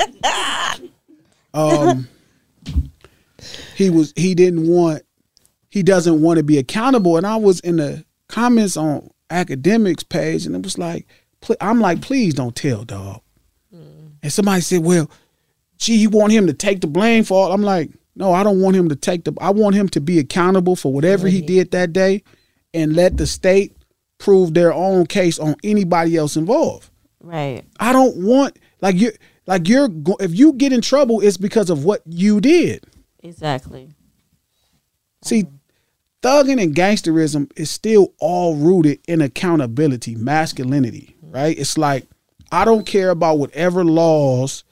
Speaker 3: um, he was he didn't want he doesn't want to be accountable, and I was in the comments on academics page, and it was like, pl- I'm like, please don't tell, dog. And somebody said, well, gee, you want him to take the blame for all? I'm like, no, I don't want him to take the. I want him to be accountable for whatever he did that day, and let the state prove their own case on anybody else involved.
Speaker 5: Right.
Speaker 3: I don't want like you like you're go- if you get in trouble, it's because of what you did.
Speaker 5: Exactly.
Speaker 3: See, thugging and gangsterism is still all rooted in accountability, masculinity. Right. It's like I don't care about whatever laws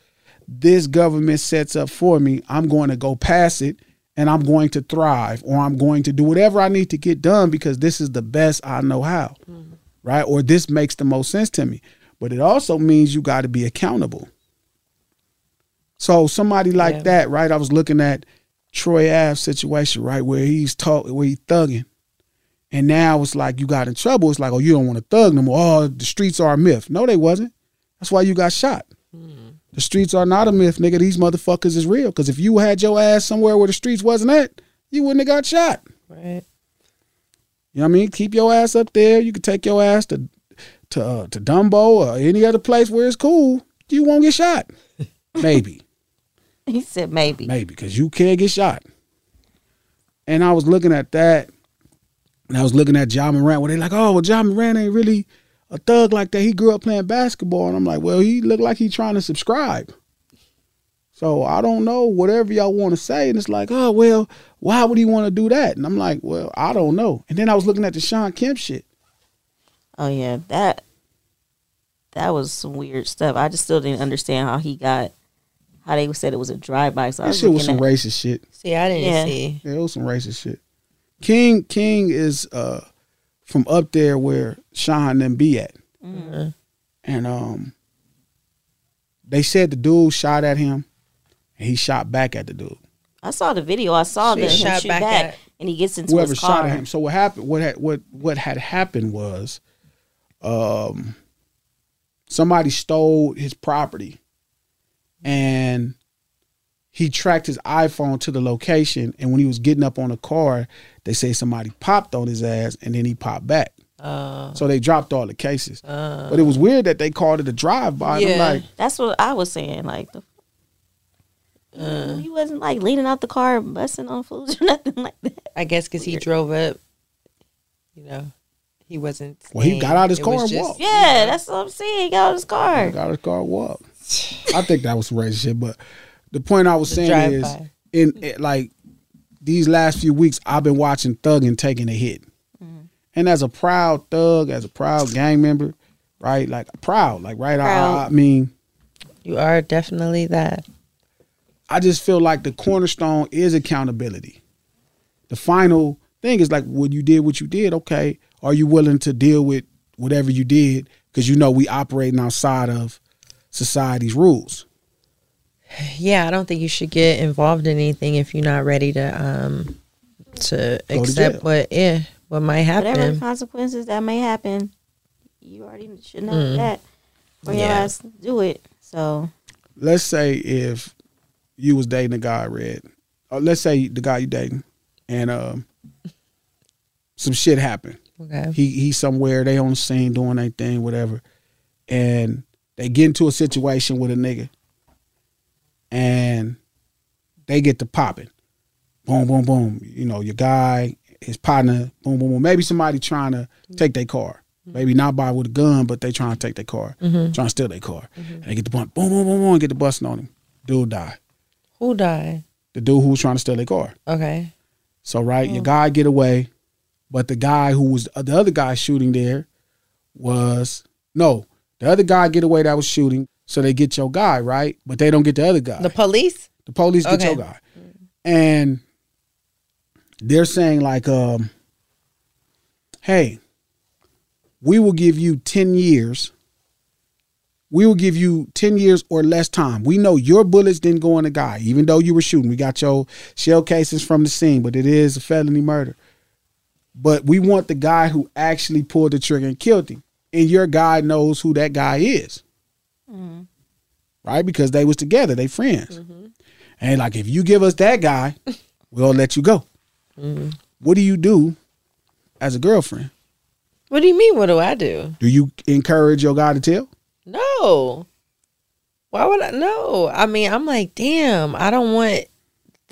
Speaker 3: this government sets up for me, I'm going to go past it and I'm going to thrive or I'm going to do whatever I need to get done because this is the best I know how, right? Or this makes the most sense to me. But it also means you got to be accountable. So somebody like
Speaker 8: Yeah.
Speaker 3: that, right? I was looking at Troy Ave situation, right, where he's talk, where he thugging, and now it's like you got in trouble. It's like, oh, you don't want to thug no more. Oh, the streets are a myth. No, they wasn't. That's why you got shot. The streets are not a myth, nigga. These motherfuckers is real. Because if you had your ass somewhere where the streets wasn't at, you wouldn't have got shot.
Speaker 4: Right.
Speaker 3: You know what I mean? Keep your ass up there. You could take your ass to to uh, to Dumbo or any other place where it's cool. You won't get shot. Maybe.
Speaker 5: He said maybe.
Speaker 3: Maybe because you can get shot. And I was looking at that, and I was looking at John Moran. Where they like, oh, well, John Moran ain't really a thug like that. He grew up playing basketball, and I'm like, well, he looked like he trying to subscribe. So I don't know whatever y'all want to say, and it's like, oh well, why would he want to do that? And I'm like, well, I don't know. And then I was looking at the Sean Kemp shit.
Speaker 5: Oh yeah, that that was some weird stuff. I just still didn't understand how he got how they said it was a drive by. So I
Speaker 3: That
Speaker 5: was
Speaker 3: shit was some
Speaker 5: looking at-
Speaker 3: racist shit.
Speaker 4: See, I didn't
Speaker 5: Yeah.
Speaker 4: see.
Speaker 3: Yeah, it was some racist shit. King King is uh from up there where Sean and be at.
Speaker 4: Mhm.
Speaker 3: And um they said the dude shot at him and he shot back at the dude.
Speaker 5: I saw the video. I saw
Speaker 4: She
Speaker 5: the him
Speaker 4: shot
Speaker 5: shoot
Speaker 4: back
Speaker 5: back,
Speaker 4: at-
Speaker 5: and he gets into
Speaker 3: Whoever
Speaker 5: his car.
Speaker 3: shot at him. So what happened what had what what had happened was um somebody stole his property and he tracked his iPhone to the location and when he was getting up on the car, they say somebody popped on his ass and then he popped back.
Speaker 4: Uh,
Speaker 3: So they dropped all the cases.
Speaker 4: uh,
Speaker 3: But it was weird that they called it a drive by. I'm like,
Speaker 5: that's what I was saying. Like, the,
Speaker 4: Uh.
Speaker 5: he wasn't like leaning out the car, and busting on fools or nothing like that.
Speaker 4: I guess because he drove up, you know, he wasn't.
Speaker 3: Well, he got out his
Speaker 4: It
Speaker 3: car
Speaker 4: was
Speaker 3: and
Speaker 4: just-
Speaker 3: walked.
Speaker 5: Yeah, that's what I'm saying. He got out his car.
Speaker 3: got his car walk. I think that was some racist shit. But the point I was
Speaker 5: The
Speaker 3: saying is,
Speaker 5: drive-by.
Speaker 3: in it, like these last few weeks, I've been watching Thuggin taking a hit, and as a proud thug, as a proud gang member, right? Like proud, like right. I, I
Speaker 4: Proud.
Speaker 3: mean,
Speaker 4: You are definitely that.
Speaker 3: I just feel like the cornerstone is accountability. The final thing is like, well, you did what you did. Okay, are you willing to deal with whatever you did? Because you know we operating outside of society's rules.
Speaker 4: Yeah, I don't think you should get involved in anything if you're not ready to um to
Speaker 3: to jail.
Speaker 4: accept what yeah what might
Speaker 5: Whatever
Speaker 4: happen.
Speaker 5: consequences that may happen, you already should know
Speaker 4: Mm.
Speaker 5: that. Or your
Speaker 3: Yeah.
Speaker 5: ass do it. So
Speaker 3: Let's say if you was dating a guy, red. Or let's say the guy you dating, and um, some shit happened.
Speaker 4: Okay.
Speaker 3: He he somewhere they on the scene doing their thing, whatever, and they get into a situation with a nigga, and they get to popping, boom boom boom. You know your guy, his partner, boom boom boom. Maybe somebody trying to take their car. Maybe not by with a gun, but they trying to take their car,
Speaker 4: Mhm.
Speaker 3: trying to steal their car. And they get the bump, boom boom boom boom, and get the busting on him. Dude die.
Speaker 4: Who died?
Speaker 3: The dude who was trying to steal their car.
Speaker 4: Okay.
Speaker 3: So right, your
Speaker 4: Mm.
Speaker 3: guy get away, but the guy who was uh, the other guy shooting there was no, the other guy get away that was shooting. So they get your guy right, but they don't get the other guy.
Speaker 4: The police?
Speaker 3: The police get your
Speaker 4: Okay.
Speaker 3: guy, and they're saying like, um, "Hey, we will give you ten years." We will give you 10 years or less time. We know your bullets didn't go on the guy, even though you were shooting. We got your shell cases from the scene, but it is a felony murder. But we want the guy who actually pulled the trigger and killed him. And your guy knows who that guy is, right? Because they was together, they friends. And like, if you give us that guy, we'll let you go. What do you do as a girlfriend?
Speaker 4: What do you mean? What do I do?
Speaker 3: Do you encourage your guy to tell?
Speaker 4: No. Why would I? No. I mean, I'm like, damn. I don't want.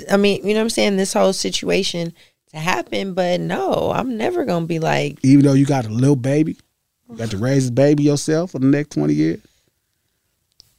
Speaker 4: I mean, you know what I'm saying. This whole situation to happen, but no, I'm never gonna be like,
Speaker 3: Even though you got a little baby, you got to raise the baby yourself for the next 20 years?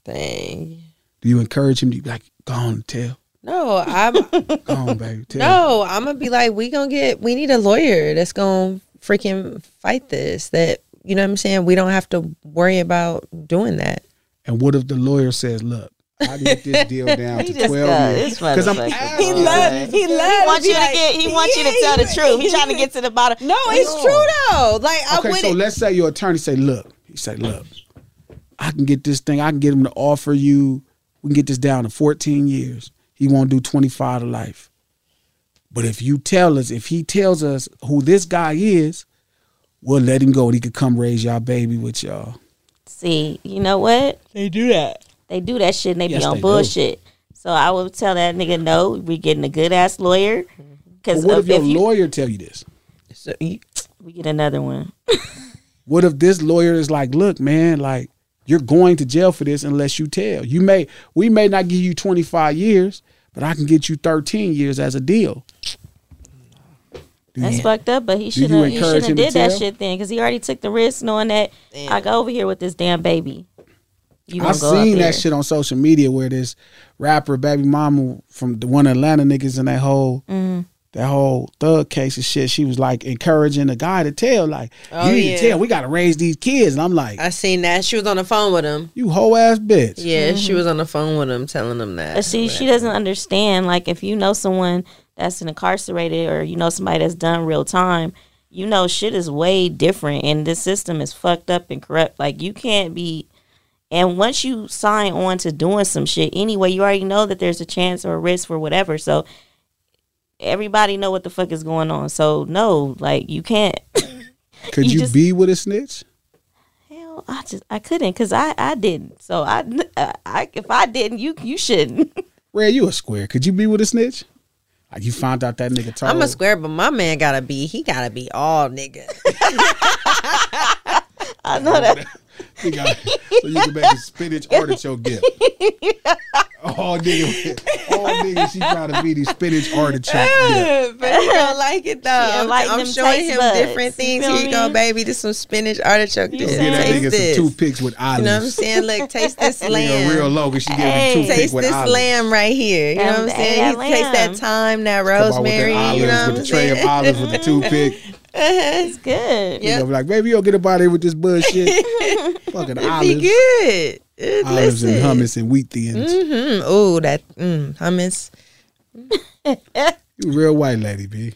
Speaker 4: dang.
Speaker 3: Do you encourage him? Do you be like, go on and tell?
Speaker 4: No, I'm.
Speaker 3: Go on, baby. Tell.
Speaker 4: No, I'm gonna be like, we gonna get, we need a lawyer that's gonna freaking fight this. That you know what I'm saying. We don't have to worry about doing that.
Speaker 3: And what if the lawyer says, look, I need this deal down
Speaker 5: He
Speaker 3: to
Speaker 5: just
Speaker 3: twelve
Speaker 5: got
Speaker 3: years
Speaker 5: this
Speaker 3: because I'm
Speaker 5: motherfucker.
Speaker 4: He loved. He loved.
Speaker 5: He wants
Speaker 4: be
Speaker 5: you to
Speaker 4: like-
Speaker 5: get. He wants you to
Speaker 4: Yeah,
Speaker 5: tell the
Speaker 4: he-
Speaker 5: truth. He's trying to get to the bottom.
Speaker 4: No, it's true though. Like I
Speaker 3: okay.
Speaker 4: wouldn't.
Speaker 3: So let's say your attorney say, "Look," he say, "Look, I can get this thing. I can get him to offer you. We can get this down to fourteen years. He won't do twenty five to life. But if you tell us, if he tells us who this guy is, we'll let him go, and he could come raise y'all baby with y'all."
Speaker 5: See, you know what?
Speaker 4: They do that.
Speaker 5: They do that shit and they
Speaker 3: Yes,
Speaker 5: be on
Speaker 3: they do.
Speaker 5: bullshit. So I would tell that nigga no, we getting a good ass lawyer. Because
Speaker 3: But what
Speaker 5: if,
Speaker 3: if your
Speaker 5: you-
Speaker 3: lawyer tell you this?
Speaker 5: we get another one.
Speaker 3: What if this lawyer is like, look, man, like you're going to jail for this unless you tell. You may we may not give you 25 years, but I can get you 13 years as a deal.
Speaker 5: That's
Speaker 3: Yeah.
Speaker 5: fucked up, but he
Speaker 3: Do you
Speaker 5: should have he
Speaker 3: encourage
Speaker 5: should
Speaker 3: him
Speaker 5: have
Speaker 3: to
Speaker 5: did that
Speaker 3: tell?
Speaker 5: shit then because he already took the risk knowing that I go over here with this damn baby. You gonna
Speaker 3: I've
Speaker 5: go up
Speaker 3: seen
Speaker 5: there.
Speaker 3: that shit on social media where this rapper baby mama from the one Atlanta niggas in that whole
Speaker 5: Mhm.
Speaker 3: that whole thug case and shit. She was like encouraging the guy to tell, like
Speaker 4: Oh,
Speaker 3: you need
Speaker 4: yeah.
Speaker 3: to tell. We got to raise these kids, and I'm like,
Speaker 4: I seen that she was on the phone with him.
Speaker 3: you hoe ass bitch.
Speaker 4: Yeah, she was on the phone with him, telling him that.
Speaker 5: But see, she doesn't understand. Like, if you know someone that's incarcerated or you know somebody that's done real time, you know shit is way different, and this system is fucked up and corrupt. Like, you can't be. And once you sign on to doing some shit anyway, you already know that there's a chance or a risk for whatever. So everybody know what the fuck is going on. So no, like you can't.
Speaker 3: Could you,
Speaker 5: just-
Speaker 3: be with a snitch?
Speaker 5: Hell, I just I couldn't because I I didn't. So I, I if I didn't, you you shouldn't.
Speaker 3: Ray, you a square. Could you be with a snitch? Like you found out that nigga told.
Speaker 4: I'm a square, but my man gotta be. He gotta be all nigga.
Speaker 5: I know that.
Speaker 3: You got- so you can make a spinach artichoke dip. All nigga, all nigga, she trying to be the spinach artichoke dip.
Speaker 4: but he don't like it though. I'm,
Speaker 5: like
Speaker 4: I'm
Speaker 5: them
Speaker 4: showing
Speaker 5: taste
Speaker 4: him
Speaker 5: buds.
Speaker 4: different
Speaker 5: You
Speaker 4: things.
Speaker 5: feel
Speaker 4: Here you go,
Speaker 5: me?
Speaker 4: baby. This some spinach artichoke.
Speaker 3: Go
Speaker 4: This.
Speaker 3: Get that
Speaker 4: Taste
Speaker 3: nigga
Speaker 4: this.
Speaker 3: some toothpicks with
Speaker 4: You
Speaker 3: olives.
Speaker 4: know what I'm saying? Look, taste this
Speaker 3: Nigga
Speaker 4: lamb.
Speaker 3: real low because she gave him toothpick
Speaker 4: Taste
Speaker 3: with
Speaker 4: this
Speaker 3: olives.
Speaker 4: lamb right here. You know what I'm
Speaker 5: Hey,
Speaker 4: saying?
Speaker 5: that
Speaker 4: He taste
Speaker 5: lamb.
Speaker 4: that thyme, that
Speaker 3: Come out with
Speaker 4: rosemary.
Speaker 3: the olives,
Speaker 4: You know what I'm
Speaker 3: with the tray
Speaker 4: saying?
Speaker 3: of olives with the toothpick.
Speaker 4: Uh-huh.
Speaker 5: It's good.
Speaker 3: You
Speaker 4: Yep.
Speaker 3: know, be like, baby, you don't get a body with this bullshit. Fucking
Speaker 4: Be
Speaker 3: olives,
Speaker 4: good. Uh,
Speaker 3: olives and
Speaker 4: listen.
Speaker 3: hummus and wheat thins.
Speaker 4: Mm-hmm. Oh, that mm, hummus.
Speaker 3: You a real white lady, b.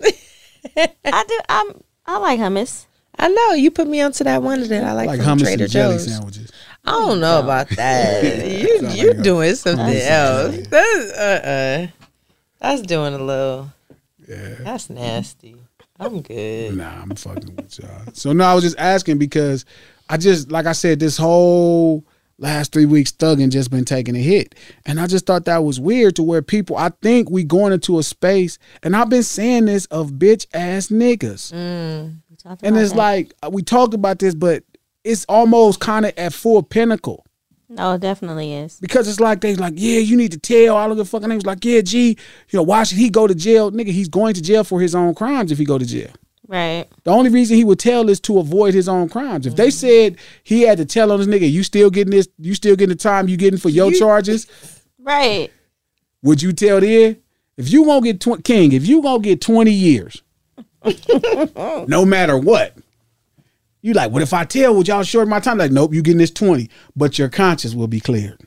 Speaker 5: I do. I'm. I like hummus.
Speaker 4: I know you put me onto that one that I like,
Speaker 3: Like
Speaker 4: from
Speaker 3: hummus
Speaker 4: Trader
Speaker 3: and jelly
Speaker 4: Joe's.
Speaker 3: sandwiches.
Speaker 4: I don't know about that. you
Speaker 3: Sound
Speaker 4: you
Speaker 3: like a
Speaker 4: doing something
Speaker 3: hummus
Speaker 4: else?
Speaker 3: and
Speaker 4: That's uh uh. That's doing a little. That's nasty. I'm good.
Speaker 3: Nah, I'm fucking with y'all. So no, I was just asking because I just like I said, this whole last three weeks thugging just been taking a hit. And I just thought that was weird to where people I think we going into a space and I've been saying this of bitch ass niggas. And it's like uh, we talked about this, but it's almost kind of at full pinnacle.
Speaker 5: No, it definitely is.
Speaker 3: Because it's like they like, yeah, you need to tell. I don't give a fuck. And they was like, yeah, G, you know, why should he go to jail? Nigga, he's going to jail for his own crimes if he go to jail.
Speaker 5: Right.
Speaker 3: The only reason he would tell is to avoid his own crimes. If they said he had to tell on this nigga, you still getting this, you still getting the time you getting for your charges,
Speaker 5: Right.
Speaker 3: would you tell then? If you won't get tw- King, if you gonna get 20 years, no matter what, you like, what if I tell, would y'all shorten my time? Like, nope, you getting this 20, but your conscience will be cleared.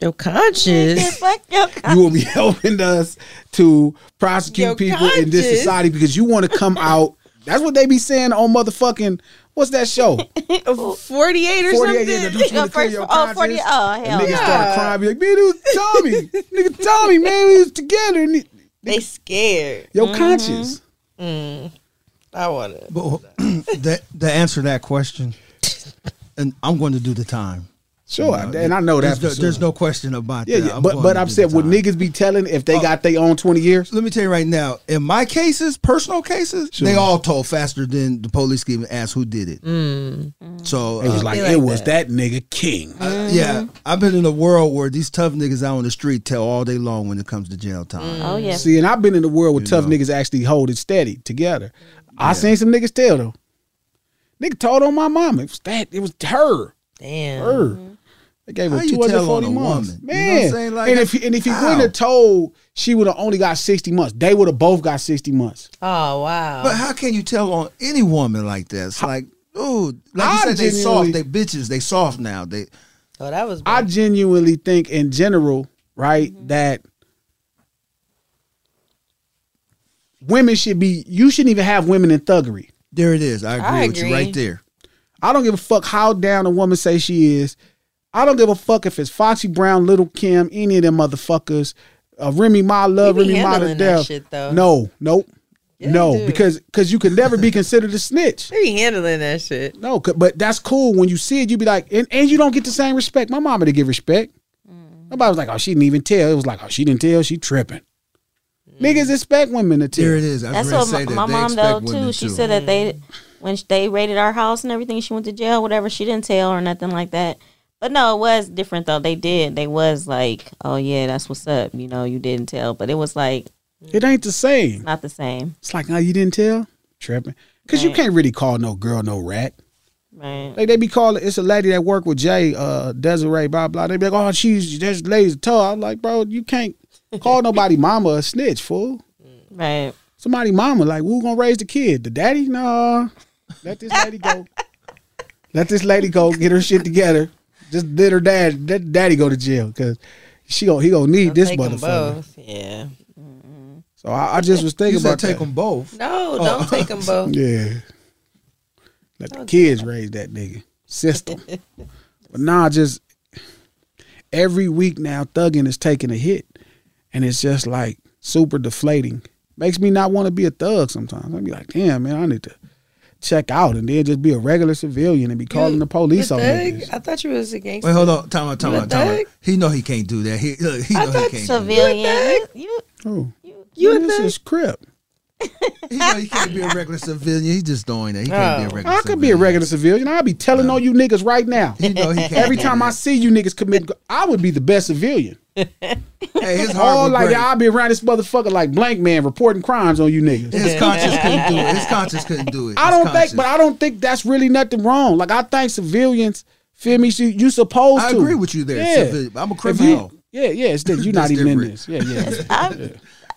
Speaker 4: Your conscience.
Speaker 5: Fuck your.
Speaker 3: You will be helping us to prosecute
Speaker 4: Your
Speaker 3: people in this
Speaker 4: conscience.
Speaker 3: society because you want to come out. That's what they be saying on motherfucking, what's that show?
Speaker 4: 48 or
Speaker 3: 48
Speaker 4: something.
Speaker 3: Oh, years ago, don't you want to clear your
Speaker 5: Oh, 40,
Speaker 3: conscience?
Speaker 5: oh,
Speaker 3: And
Speaker 5: hell.
Speaker 3: niggas
Speaker 5: no.
Speaker 3: start crying, be like, man, it was Tommy. nigga, Tommy, man, we was together. And it-
Speaker 4: They scared.
Speaker 6: Mm-hmm.
Speaker 5: Mm-hmm.
Speaker 4: Mm.
Speaker 3: Your conscience.
Speaker 4: I want it.
Speaker 6: But the the answer to that question, and I'm going to do the time.
Speaker 3: Sure,
Speaker 6: You
Speaker 3: and I know that
Speaker 6: There's,
Speaker 3: for
Speaker 6: no,
Speaker 3: sure.
Speaker 6: there's no question about
Speaker 3: Yeah,
Speaker 6: that.
Speaker 3: yeah.
Speaker 6: I'm
Speaker 3: but
Speaker 6: going
Speaker 3: but
Speaker 6: to
Speaker 3: I'm
Speaker 6: do
Speaker 3: saying,
Speaker 6: the
Speaker 3: would
Speaker 6: time. Oh.
Speaker 3: niggas be telling if they got their own 20 years?
Speaker 6: Let me tell you right now, in my cases, personal cases,
Speaker 3: Sure.
Speaker 6: they all told faster than the police could even ask who did it.
Speaker 4: Mm.
Speaker 6: So
Speaker 3: It was
Speaker 6: uh,
Speaker 3: like,
Speaker 4: like
Speaker 3: it was that nigga King.
Speaker 6: yeah, I've been in a world where these tough niggas out on the street tell all day long when it comes to jail time.
Speaker 4: Mm.
Speaker 5: Oh, yeah.
Speaker 3: See, and I've been in the world where tough niggas actually hold it steady together. I seen some niggas tell though. Nigga told on my mama. It was that. It was her.
Speaker 4: Damn.
Speaker 3: Her. They gave
Speaker 6: How
Speaker 3: her
Speaker 6: you
Speaker 3: two
Speaker 6: tell
Speaker 3: hundred forty
Speaker 6: on a
Speaker 3: months.
Speaker 6: woman? You know
Speaker 3: Man,
Speaker 6: what I'm saying? Like,
Speaker 3: and if he, and if he
Speaker 6: how?
Speaker 3: wouldn't have told, she would have only got sixty months. They would have both got sixty months.
Speaker 4: Oh, wow.
Speaker 6: But how can you tell on any woman like this? Like, dude, like
Speaker 3: I
Speaker 6: you said, they soft.
Speaker 3: genuinely-
Speaker 6: They bitches. They soft now. They
Speaker 4: Oh, that was Mm-hmm.
Speaker 3: I genuinely think in general, right, that women should be you shouldn't even have women in thuggery.
Speaker 6: There it is. I agree
Speaker 4: I with you right agree.
Speaker 6: there.
Speaker 3: I don't give a fuck how down a woman say she is. I don't give a fuck if it's Foxy Brown, Little Kim, any of them motherfuckers. Uh, Remy Ma love
Speaker 4: You be
Speaker 3: Remy Ma to
Speaker 4: handling that
Speaker 3: death.
Speaker 4: shit, though.
Speaker 3: No, nope.
Speaker 4: you
Speaker 3: no,
Speaker 4: do.
Speaker 3: because because you can never be considered a snitch.
Speaker 4: They be handling that shit.
Speaker 3: No, 'cause- but that's cool. When you see it, you be like, and, and you don't get the same respect. My mama didn't get respect.
Speaker 4: Mm.
Speaker 3: Nobody was like, oh, she didn't even tell. It was like, oh, she didn't tell. She tripping.
Speaker 4: Mm.
Speaker 3: Niggas expect women to tell.
Speaker 6: There it is. I
Speaker 5: That's what my, my mom though too. She said that
Speaker 4: Mm.
Speaker 5: they when sh- they raided our house and everything, she went to jail. Whatever, she didn't tell or nothing like that. But no, it was different though. They did. They was like, oh yeah, that's what's up. You know, you didn't tell, but it was like
Speaker 3: it ain't the same.
Speaker 5: Not the same,
Speaker 3: It's like, oh, you didn't tell? Tripping. Because you
Speaker 5: Right.
Speaker 3: can't really call no girl no rat.
Speaker 5: right?
Speaker 3: Like they be calling, it's a lady that worked with Jay, uh, Desiree, blah, blah. They be like, oh, she's, that lady's tall. I'm like, bro, you can't call nobody mama a snitch, fool.
Speaker 5: Right.
Speaker 3: Somebody mama, like, who gonna raise the kid? The daddy? Nah. Let this lady go. Let this lady go get her shit together. Just let her dad, let daddy go to jail because she gonna, he gonna need this
Speaker 4: Take 'em
Speaker 3: motherfucker.
Speaker 4: both. Yeah.
Speaker 3: So I, I just was thinking
Speaker 6: You said
Speaker 3: about
Speaker 6: take
Speaker 3: that. Oh.
Speaker 6: them both.
Speaker 4: No, don't take them both. Oh,
Speaker 3: Yeah. Let the kids raise that nigga system. but nah, just every week now, thugging is taking a hit, and it's just like super deflating. Makes me not want to be a thug sometimes. I'd be like, damn man, I need to check out and then just be a regular civilian and be calling the police on niggas.
Speaker 4: I thought you was a gangster.
Speaker 6: Wait, hold on. Time out. Time
Speaker 4: You a
Speaker 6: out. Time out.
Speaker 4: thug?
Speaker 6: He know he can't do that. He look, he know he can't.
Speaker 5: Civilian. You,
Speaker 3: Oh,
Speaker 4: you
Speaker 3: man, this is crip.
Speaker 6: He know he can't be a regular civilian. He just throwing that. He can't be a regular.
Speaker 3: Oh. I could be a regular civilian. I'd be telling on you niggas right now.
Speaker 6: You know he can't
Speaker 3: Every
Speaker 6: do
Speaker 3: time I see you niggas commit, I would be the best civilian.
Speaker 6: Hey, his heart
Speaker 3: Oh,
Speaker 6: was
Speaker 3: like
Speaker 6: break.
Speaker 3: I'll be around this motherfucker like blank man reporting crimes on you niggas.
Speaker 6: His conscience couldn't do it. His conscience couldn't do it.
Speaker 3: I
Speaker 6: His
Speaker 3: don't
Speaker 6: conscience.
Speaker 3: think, but I don't think that's really nothing wrong. Like I think civilians feel me. You, you supposed
Speaker 6: I
Speaker 3: to.
Speaker 6: agree with you there,
Speaker 3: Yeah.
Speaker 6: civilian. I'm a
Speaker 3: If
Speaker 6: criminal.
Speaker 3: you- yeah, yeah. It's that you're not
Speaker 6: That's
Speaker 3: even in
Speaker 6: different.
Speaker 3: this. Yeah, yeah. yeah.
Speaker 5: I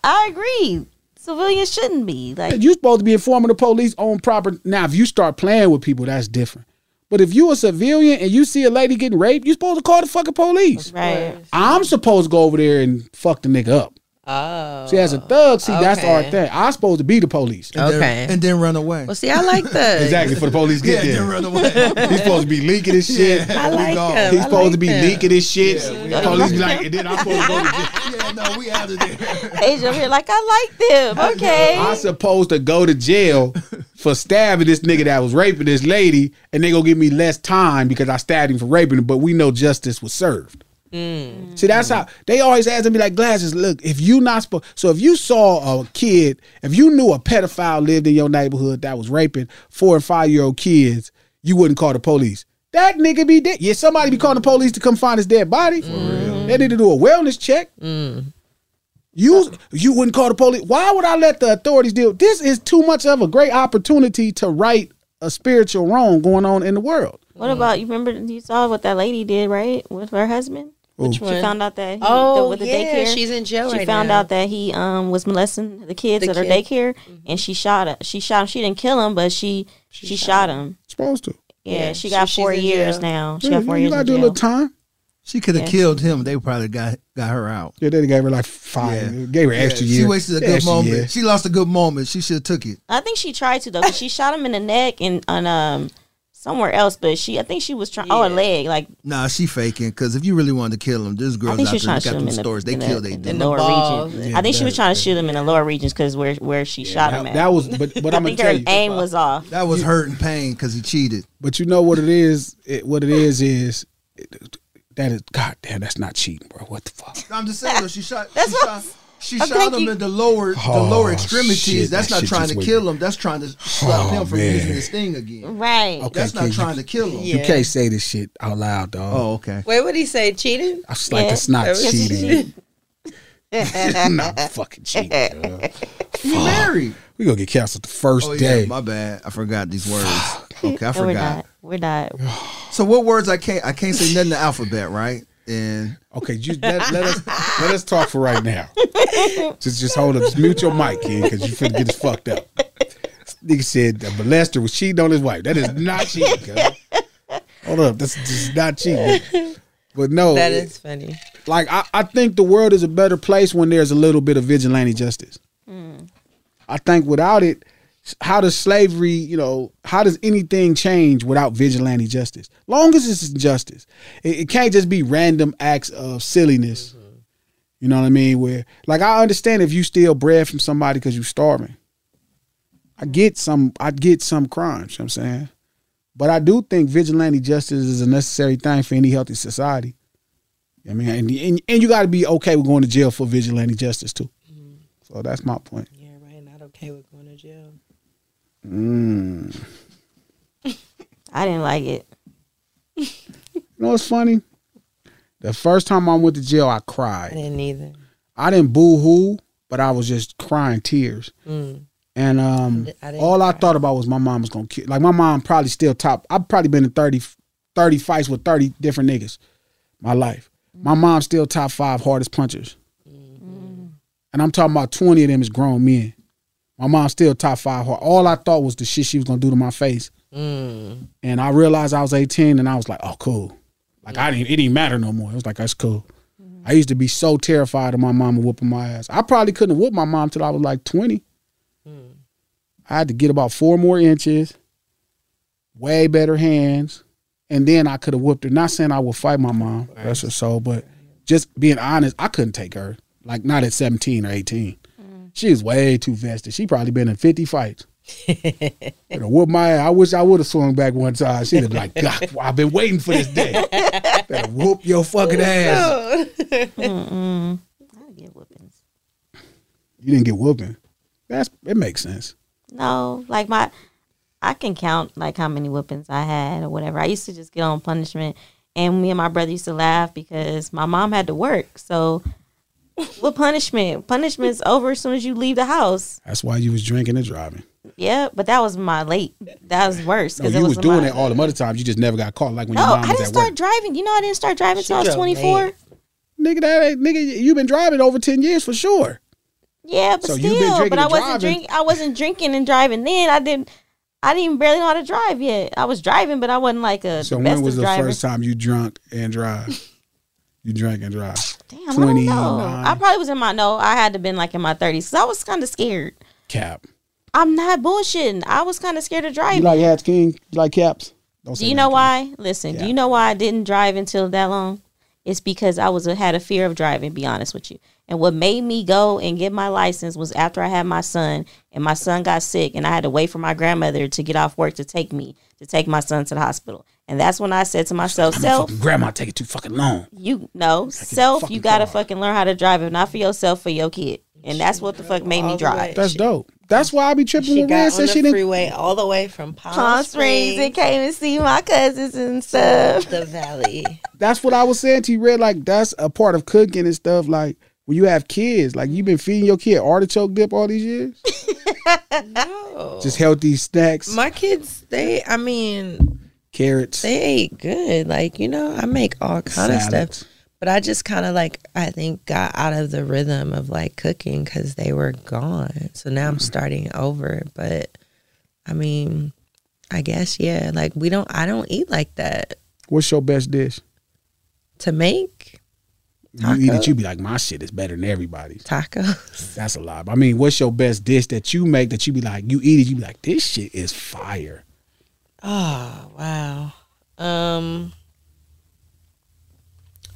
Speaker 5: I agree. Civilians shouldn't be like
Speaker 3: you supposed to be informing the police on proper. Now, if you start playing with people, that's different. But if you a civilian and you see a lady getting raped, you supposed to call the fucking police.
Speaker 5: right.
Speaker 3: I'm supposed to go over there and fuck the nigga up.
Speaker 4: Oh.
Speaker 3: See, as a thug, see, that's our
Speaker 4: okay.
Speaker 3: thing. I'm supposed to be the police.
Speaker 6: And then, and then run away.
Speaker 4: Well, see, I like thugs.
Speaker 3: Exactly, for the police
Speaker 6: Yeah,
Speaker 3: get
Speaker 6: then
Speaker 3: there.
Speaker 6: run away.
Speaker 3: He's supposed to be leaking his shit.
Speaker 4: I like them.
Speaker 3: He's
Speaker 4: I
Speaker 3: supposed
Speaker 4: like
Speaker 3: to be
Speaker 4: them.
Speaker 3: leaking his shit.
Speaker 6: Yeah, we-
Speaker 3: Police be like, and then I'm supposed to go to jail.
Speaker 6: yeah, no, we out of there.
Speaker 5: Asia over here like I like them. Okay.
Speaker 3: I'm supposed to go to jail for stabbing this nigga that was raping this lady, and they gonna give me less time because I stabbed him for raping him. But we know justice was served.
Speaker 4: Mm.
Speaker 3: See, that's how they always ask me like glasses. Look, if you not supposed, so if you saw a kid, if you knew a pedophile lived in your neighborhood that was raping four and five year old kids, you wouldn't call the police. That nigga be dead. Yeah, somebody be calling the police to come find his dead body.
Speaker 6: Mm-hmm.
Speaker 3: They need to do a wellness check. You you wouldn't call the police. Why would I let the authorities deal? This is too much of a great opportunity to right a spiritual wrong going on in the world.
Speaker 5: What about you? Remember you saw what that lady did, right, with her husband?
Speaker 3: Which
Speaker 5: she
Speaker 4: one?
Speaker 5: found out that he,
Speaker 4: Oh,
Speaker 5: the, with the
Speaker 4: yeah,
Speaker 5: daycare,
Speaker 4: she's in jail
Speaker 5: She
Speaker 4: right
Speaker 5: found
Speaker 4: now.
Speaker 5: out that he um was molesting the kids
Speaker 4: The
Speaker 5: at her
Speaker 4: kid. Mm-hmm.
Speaker 5: daycare, and she shot him. She shot him. She didn't kill him, but she she, shot him.
Speaker 3: Supposed to.
Speaker 5: Yeah,
Speaker 4: Yeah,
Speaker 5: she
Speaker 4: so
Speaker 5: got
Speaker 4: she's
Speaker 5: four
Speaker 4: in
Speaker 5: years
Speaker 4: jail.
Speaker 5: now. She
Speaker 3: Yeah,
Speaker 5: got four
Speaker 3: you
Speaker 5: years.
Speaker 3: gotta
Speaker 5: in
Speaker 3: do a
Speaker 5: jail.
Speaker 3: little time.
Speaker 6: She could have
Speaker 5: Yeah.
Speaker 6: killed him. They probably got got her out.
Speaker 3: Yeah, they gave her like five.
Speaker 6: Yeah.
Speaker 3: Gave her
Speaker 6: Yeah,
Speaker 3: extra years.
Speaker 6: She wasted a good
Speaker 3: Extra
Speaker 6: moment.
Speaker 3: years.
Speaker 6: She lost a good moment. She should have took it.
Speaker 5: I think she tried to though. 'cause she shot him in the neck and on um somewhere else, but she I think she was trying. Oh, a leg. Like
Speaker 6: Nah, she faking. Because if you really wanted to kill him, there's girls
Speaker 5: think
Speaker 6: out
Speaker 5: she was
Speaker 6: there that
Speaker 5: trying
Speaker 6: got them
Speaker 5: to shoot him in the-
Speaker 6: stories. They
Speaker 5: in the-
Speaker 6: kill they
Speaker 5: in
Speaker 6: do.
Speaker 5: the lower
Speaker 4: balls
Speaker 5: region.
Speaker 4: and-
Speaker 5: I think she was trying to shoot him in the lower regions because where where she shot him
Speaker 3: That,
Speaker 5: at.
Speaker 3: that was, but but
Speaker 5: I
Speaker 3: I'm gonna
Speaker 5: think her
Speaker 3: tell you.
Speaker 5: aim was off.
Speaker 6: That was hurt and pain because he cheated.
Speaker 3: But you know what it is. It, what it is is it- that is God damn. That's not cheating, bro. What the fuck?
Speaker 6: I'm just saying though, she shot.
Speaker 5: That's
Speaker 6: she
Speaker 5: what-
Speaker 6: shot, she
Speaker 5: I
Speaker 6: shot
Speaker 5: think
Speaker 6: him
Speaker 5: you-
Speaker 6: in the lower the
Speaker 3: Oh,
Speaker 6: lower extremities.
Speaker 3: shit,
Speaker 6: that's
Speaker 3: that
Speaker 6: not
Speaker 3: shit
Speaker 6: trying
Speaker 3: just
Speaker 6: to
Speaker 3: went- Oh,
Speaker 6: kill him. That's trying to stop him from
Speaker 3: man.
Speaker 6: using his thing again.
Speaker 5: Right.
Speaker 3: Okay,
Speaker 6: That's
Speaker 3: can
Speaker 6: not
Speaker 3: you-
Speaker 6: trying to kill him.
Speaker 4: Yeah.
Speaker 3: You can't say this shit out loud, dog.
Speaker 6: Oh, okay.
Speaker 4: Wait, what did he say? Cheating?
Speaker 3: I was like,
Speaker 5: Yeah.
Speaker 3: that's not
Speaker 4: Yes, it
Speaker 3: cheating. not fucking cheating. dog.
Speaker 6: You married?
Speaker 3: We gonna get canceled the first
Speaker 6: Oh
Speaker 3: day.
Speaker 6: yeah. My bad. I forgot these words. Okay, I
Speaker 5: No, we're
Speaker 6: forgot.
Speaker 5: not. We're not.
Speaker 6: So what words I can't I can't say nothing to alphabet, right? And
Speaker 3: Okay, you let, let us let us talk for right now. Just just hold up, just mute your mic, kid, because you finna get us fucked up. This nigga said that molester was cheating on his wife. That is not cheating. Cuz. Hold up, that's just not cheating. But no,
Speaker 4: that
Speaker 3: it-
Speaker 4: is funny.
Speaker 3: like I, I think the world is a better place when there's a little bit of vigilante justice. I think without it, s- how does slavery, you know, how does anything change without vigilante justice? Long as it's justice, it, it can't just be random acts of silliness. You know what I mean? Where, like, I understand if you steal bread from somebody because you're starving. I get some, I get some crimes. You know what I'm saying, but I do think vigilante justice is a necessary thing for any healthy society. I mean, and and, and you got to be okay with going to jail for vigilante justice too. So that's my point. Mm.
Speaker 5: I didn't like it.
Speaker 3: You know what's funny? The first time I went to jail, I cried. I
Speaker 4: didn't either.
Speaker 3: I didn't boo hoo, but I was just crying tears.
Speaker 4: Mm.
Speaker 3: And um,
Speaker 4: I didn't
Speaker 3: all I thought about was my mom was gonna kill. Like my mom probably still top. I've probably been in 30, 30 fights with thirty different niggas, my life.
Speaker 4: Mm.
Speaker 3: My mom's still top five hardest punchers,
Speaker 4: Mm-hmm.
Speaker 3: and I'm talking about twenty of them is grown men. My mom's still top five hard. All I thought was the shit she was gonna do to my face.
Speaker 4: Mm.
Speaker 3: And I realized I was 18 and I was like, oh, cool. Like, I didn't, it didn't matter no more. It was like, that's cool. I used to be so terrified of my mama whooping my ass. I probably couldn't whoop my mom till I was like 20. I had to get about four more inches, way better hands, and then I could have whooped her. Not saying I would fight my mom, rest her soul, but just being honest, I couldn't take her. Like, not at 17 or 18. She was way too vested. She probably been in 50 fights. Coulda whooped my ass. I wish I would have swung back one time. She'd have been like, God, I've been waiting for this day. Better whoop your fucking ass.
Speaker 5: Mm-mm.
Speaker 3: You didn't get whooping. That's it makes sense.
Speaker 5: No, like my, I can count like how many whippings I had or whatever. I used to just get on punishment, and me and my brother used to laugh because my mom had to work. So, what punishment? Punishment's over as soon as you leave the house.
Speaker 3: That's why you was drinking and driving.
Speaker 5: Yeah, but that was my late. That was worse
Speaker 3: No,
Speaker 5: because
Speaker 3: you
Speaker 5: it
Speaker 3: was,
Speaker 5: was,
Speaker 3: doing
Speaker 5: my,
Speaker 3: that all them other times. You just never got caught. Like when
Speaker 5: No,
Speaker 3: your mom
Speaker 5: I
Speaker 3: was
Speaker 5: didn't
Speaker 3: at
Speaker 5: start
Speaker 3: work.
Speaker 5: driving. You know, I didn't start driving until I was
Speaker 3: drove
Speaker 5: twenty four.
Speaker 3: Nigga, that ain't nigga. You've been driving over ten years for sure.
Speaker 5: Yeah, but
Speaker 3: So you've been
Speaker 5: still,
Speaker 3: drinking
Speaker 5: but I
Speaker 3: and
Speaker 5: wasn't
Speaker 3: driving.
Speaker 5: drink. I wasn't drinking and driving then. I didn't. I didn't even barely know how to drive yet. I was driving, but I wasn't like a
Speaker 3: So
Speaker 5: the
Speaker 3: when
Speaker 5: best
Speaker 3: was
Speaker 5: of
Speaker 3: the
Speaker 5: driver.
Speaker 3: first time you drunk and drive? you drank and drive.
Speaker 5: Damn, I don't know. I probably was in my no. I had to been like in my thirties because I was kind of scared.
Speaker 3: cap.
Speaker 5: I'm not bullshitting. I was kind of scared of
Speaker 3: You
Speaker 5: driving.
Speaker 3: like hats, King? You like caps? Don't
Speaker 5: do you know why? Listen, do you know why I didn't drive until that long? It's because I was uh, had a fear of driving. Be honest with you. And what made me go and get my license was after I had my son, and my son got sick, and I had to wait for my grandmother to get off work to take me to take my son to the hospital. And that's when I said to myself, "Self,
Speaker 3: Fucking grandma take it too fucking long.
Speaker 5: you know, self, you gotta fucking learn how to drive, if not for yourself, for your kid. And that's what the fuck made me drive.
Speaker 3: That's dope. That's why I be tripping
Speaker 4: She
Speaker 3: when Red
Speaker 4: got on
Speaker 3: says
Speaker 4: the
Speaker 3: she didn't.
Speaker 4: freeway all the way from Palm,
Speaker 5: Palm Springs
Speaker 4: Springs,
Speaker 5: and came and see my cousins and
Speaker 4: to
Speaker 5: stuff.
Speaker 4: the valley.
Speaker 3: That's what I was saying to you, Red. Like that's a part of cooking and stuff. Like when you have kids, like you've been feeding your kid artichoke dip all these years,
Speaker 4: no,
Speaker 3: just healthy snacks,
Speaker 4: my kids. They, I mean,
Speaker 3: carrots.
Speaker 4: they ate good. Like you know, I make all kind of
Speaker 3: Salads.
Speaker 4: stuff. But I just kind of like I think got out of the rhythm of like cooking because they were gone. So now I'm starting over. But I mean, I guess yeah. Like we don't. I don't eat like that
Speaker 3: What's your best dish?
Speaker 4: to make
Speaker 3: You eat it,
Speaker 4: Taco.
Speaker 3: you be like, my shit is better than everybody's.
Speaker 4: tacos.
Speaker 3: That's a lie. I mean, what's your best dish that you make that you be like, you eat it, you be like, this shit is fire.
Speaker 4: Oh wow. Um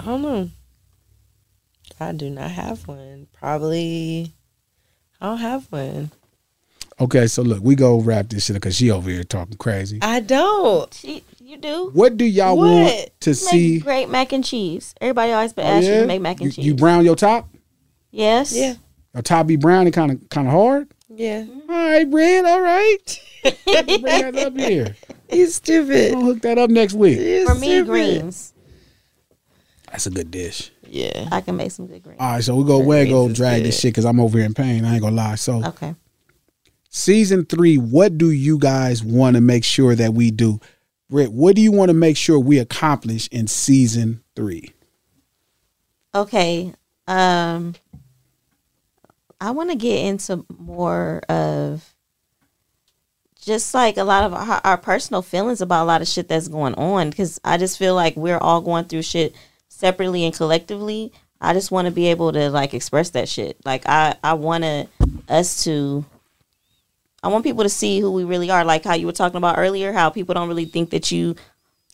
Speaker 4: I don't know. I do not have one. Probably I don't have one.
Speaker 3: Okay, so look, we go wrap this shit up because she over here talking crazy.
Speaker 4: I don't.
Speaker 5: Oh, She, you do?
Speaker 3: What do y'all
Speaker 5: What?
Speaker 3: want to
Speaker 5: You make
Speaker 3: see?
Speaker 5: great mac and cheese. Everybody always been
Speaker 3: Oh,
Speaker 5: asking you
Speaker 3: yeah?
Speaker 5: to make mac and
Speaker 3: You-
Speaker 5: cheese.
Speaker 3: You brown your top?
Speaker 5: yes.
Speaker 4: Yeah.
Speaker 3: Your top be brown and kind of kind of hard.
Speaker 4: Yeah.
Speaker 3: Mm-hmm. All right, Red. All right. Bring that up here.
Speaker 4: He's stupid.
Speaker 3: We'll hook that up next week.
Speaker 5: For me, greens.
Speaker 3: That's a good dish.
Speaker 4: Yeah.
Speaker 5: I can make some good greens.
Speaker 3: All right, so we go away and go drag this shit because I'm over here in pain. I ain't gonna lie. So
Speaker 5: Okay.
Speaker 3: season three, what do you guys want to make sure that we do? Britt, what do you want to make sure we accomplish in season three?
Speaker 5: Okay. Um I want to get into more of just like a lot of our, our personal feelings about a lot of shit that's going on because I just feel like we're all going through shit separately and collectively. I just want to be able to like express that shit. Like I I want to us to I want people to see who we really are. Like how you were talking about earlier, how people don't really think that you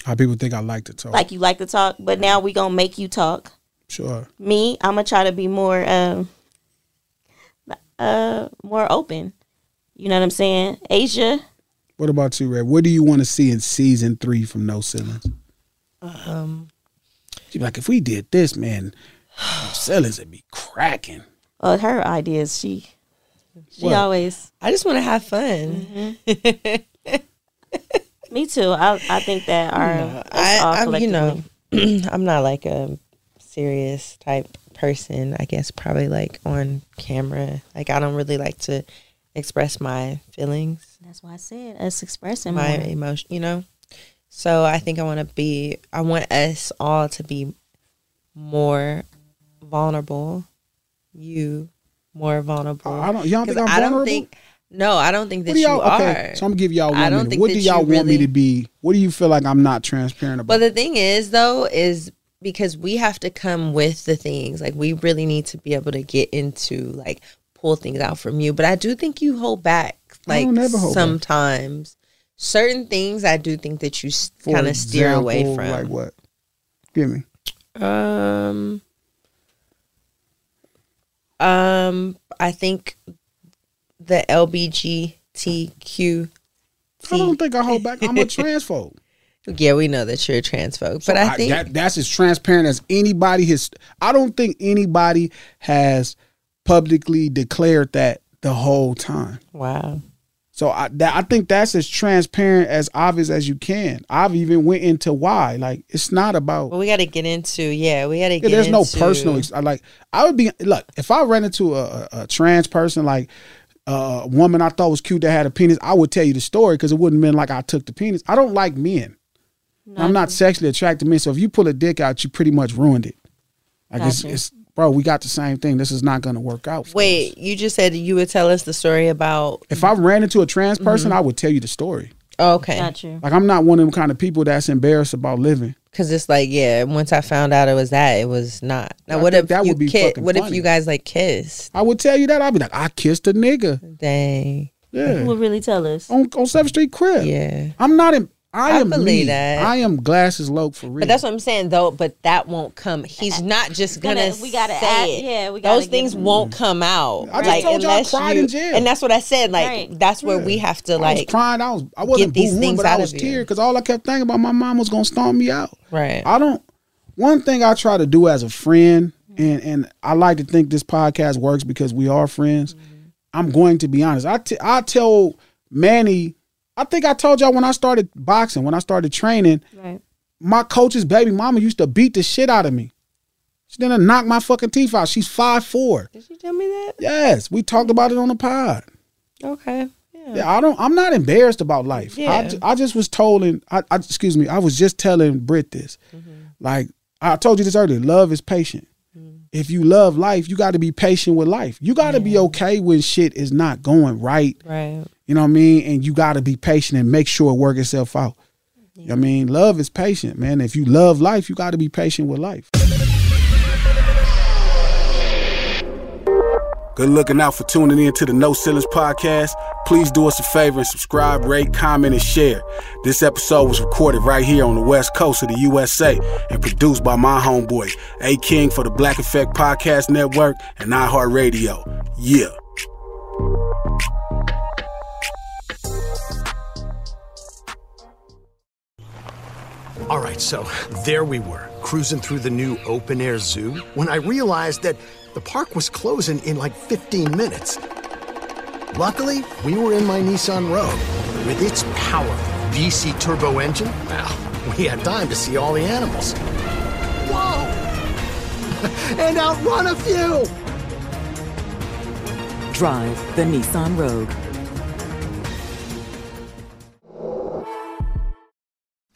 Speaker 3: How people think I like to talk.
Speaker 5: like you like to talk, but now we gonna make you talk.
Speaker 3: Sure.
Speaker 5: Me, I'm gonna try to be more um uh more open. You know what I'm saying? Asia,
Speaker 3: What about you, Red? What do you want to see in season three from No Ceilings?
Speaker 4: Um,
Speaker 3: She'd be like, if we did this, man, No Ceilings would be cracking.
Speaker 5: uh, her ideas, she she
Speaker 3: What?
Speaker 5: always Mm-hmm.
Speaker 4: I just want to have fun.
Speaker 5: Me too. I I think that our
Speaker 4: No,
Speaker 5: us all
Speaker 4: I, I'm, you
Speaker 5: collectively-
Speaker 4: know, I'm not like a serious type person. I guess probably like on camera. Like I don't really like to express my feelings,
Speaker 5: That's why I said us expressing
Speaker 4: my
Speaker 5: more.
Speaker 4: emotion. You know, so I think I want to be. I want us all to be more vulnerable. You more vulnerable.
Speaker 3: Oh, I don't- y'all think
Speaker 4: 'Cause
Speaker 3: I'm
Speaker 4: I don't
Speaker 3: vulnerable?
Speaker 4: think. No, I don't think that
Speaker 3: What do
Speaker 4: you
Speaker 3: y'all-
Speaker 4: are.
Speaker 3: So I'm gonna give y'all one
Speaker 4: I don't
Speaker 3: minute.
Speaker 4: think
Speaker 3: what
Speaker 4: that
Speaker 3: do
Speaker 4: you
Speaker 3: y'all want me
Speaker 4: really-
Speaker 3: to be? What do you feel like I'm not transparent about?
Speaker 4: But the thing is, though, is because we have to come with the things. Like we really need to be able to get into like pull things out from you. But I do think you hold back.
Speaker 3: I
Speaker 4: Like
Speaker 3: don't ever hold back.
Speaker 4: sometimes, certain things I do think that you
Speaker 3: For
Speaker 4: kind of steer away
Speaker 3: example,
Speaker 4: from.
Speaker 3: Like what? Give me.
Speaker 4: Um, um, I think the LBGTQ.
Speaker 3: I don't think I hold back. I'm a transphobe.
Speaker 4: Yeah, we know that you're a transphobe,
Speaker 3: So
Speaker 4: but I think
Speaker 3: that, that's as transparent as anybody has. I don't think anybody has publicly declared that the whole time.
Speaker 4: Wow.
Speaker 3: So I that, I think that's as transparent as obvious as you can. I've even went into why. Like it's not about.
Speaker 4: Well, we got to get into yeah. We got to
Speaker 3: Yeah,
Speaker 4: get.
Speaker 3: there's no
Speaker 4: into-
Speaker 3: personal. Ex- I like I would be look if I ran into a, a, a trans person like uh, a woman I thought was cute that had a penis. I would tell you the story because it wouldn't have been like I took the penis. I don't like men. I'm not sexually attracted to men. So if you pull a dick out, you pretty much ruined it. Like it's,
Speaker 4: Gotcha.
Speaker 3: it's bro, we got the same thing. This is not going to work out.
Speaker 4: Wait, you just said you would tell us the story about.
Speaker 3: If I ran into a trans person,
Speaker 4: Mhm.
Speaker 3: I would tell you the story.
Speaker 4: Okay.
Speaker 3: Like I'm not one of them kind of people that's embarrassed about living.
Speaker 4: Because it's like yeah. Once I found out it was that, it was not. Now
Speaker 3: I
Speaker 4: what
Speaker 3: think
Speaker 4: if
Speaker 3: that
Speaker 4: you
Speaker 3: would be
Speaker 4: ki-
Speaker 3: fucking
Speaker 4: What if
Speaker 3: funny.
Speaker 4: you guys like kissed?
Speaker 3: I would tell you that. I'd be like, I kissed a nigga.
Speaker 4: Dang.
Speaker 3: Yeah.
Speaker 5: Who would really tell us?
Speaker 3: on on Seventh Street crib.
Speaker 4: Yeah,
Speaker 3: I'm not. In, I,
Speaker 4: I
Speaker 3: am
Speaker 4: believe
Speaker 3: me.
Speaker 4: that.
Speaker 3: I am glasses low for real.
Speaker 4: But that's what I'm saying though. But that won't come. He's not just gonna.
Speaker 5: Uh, gonna- we gotta
Speaker 4: say
Speaker 5: add-
Speaker 4: it.
Speaker 5: yeah, we gotta
Speaker 4: Those
Speaker 5: give
Speaker 4: things
Speaker 5: him-
Speaker 4: won't come out.
Speaker 3: I just
Speaker 4: like,
Speaker 3: told y'all I
Speaker 4: unless
Speaker 3: cried
Speaker 4: you,
Speaker 3: in jail.
Speaker 4: and that's what I said. Like
Speaker 5: Right.
Speaker 4: that's where we have to
Speaker 3: I was
Speaker 4: like.
Speaker 3: crying. I was. I wasn't
Speaker 4: get these
Speaker 3: boo-hooing,
Speaker 4: things
Speaker 3: but
Speaker 4: out
Speaker 3: I was
Speaker 4: of you.
Speaker 3: tearing because all I kept thinking about my mom was gonna storm me out.
Speaker 4: Right.
Speaker 3: I don't. One thing I try to do as a friend, and and I like to think this podcast works because we are friends.
Speaker 4: Mm-hmm.
Speaker 3: I'm going to be honest. I t- I tell Manny. I think I told y'all when I started boxing, when I started training,
Speaker 5: Right.
Speaker 3: my coach's baby mama used to beat the shit out of me. She didn't knock my fucking teeth out. She's five four.
Speaker 4: Did you tell me that?
Speaker 3: Yes, we talked about it on the pod.
Speaker 4: Okay.
Speaker 3: Yeah, I don't. I'm not embarrassed about life. I,
Speaker 4: Yeah.
Speaker 3: ju- I just was told, and I, I excuse me, I was just telling Britt this. Like I told you this earlier, love is patient. If you love life, you got to be patient with life. You got to be okay when shit is not going right.
Speaker 4: Right.
Speaker 3: You know what I mean? And you got to be patient and make sure it work itself out. You know what I mean? Love is patient, man. If you love life, you got to be patient with life.
Speaker 2: Good looking out for tuning in to the No Ceilings podcast. Please do us a favor and subscribe, rate, comment, and share. This episode was recorded right here on the west coast of the USA and produced by my homeboy, A King for the Black Effect Podcast Network and iHeartRadio. Yeah.
Speaker 9: All right, so there we were, cruising through the new open air zoo when I realized that the park was closing in like 15 minutes. Luckily, we were in my Nissan Rogue. With its powerful VC turbo engine, well, we had time to see all the animals. Whoa! and outrun a few!
Speaker 10: Drive the Nissan Rogue.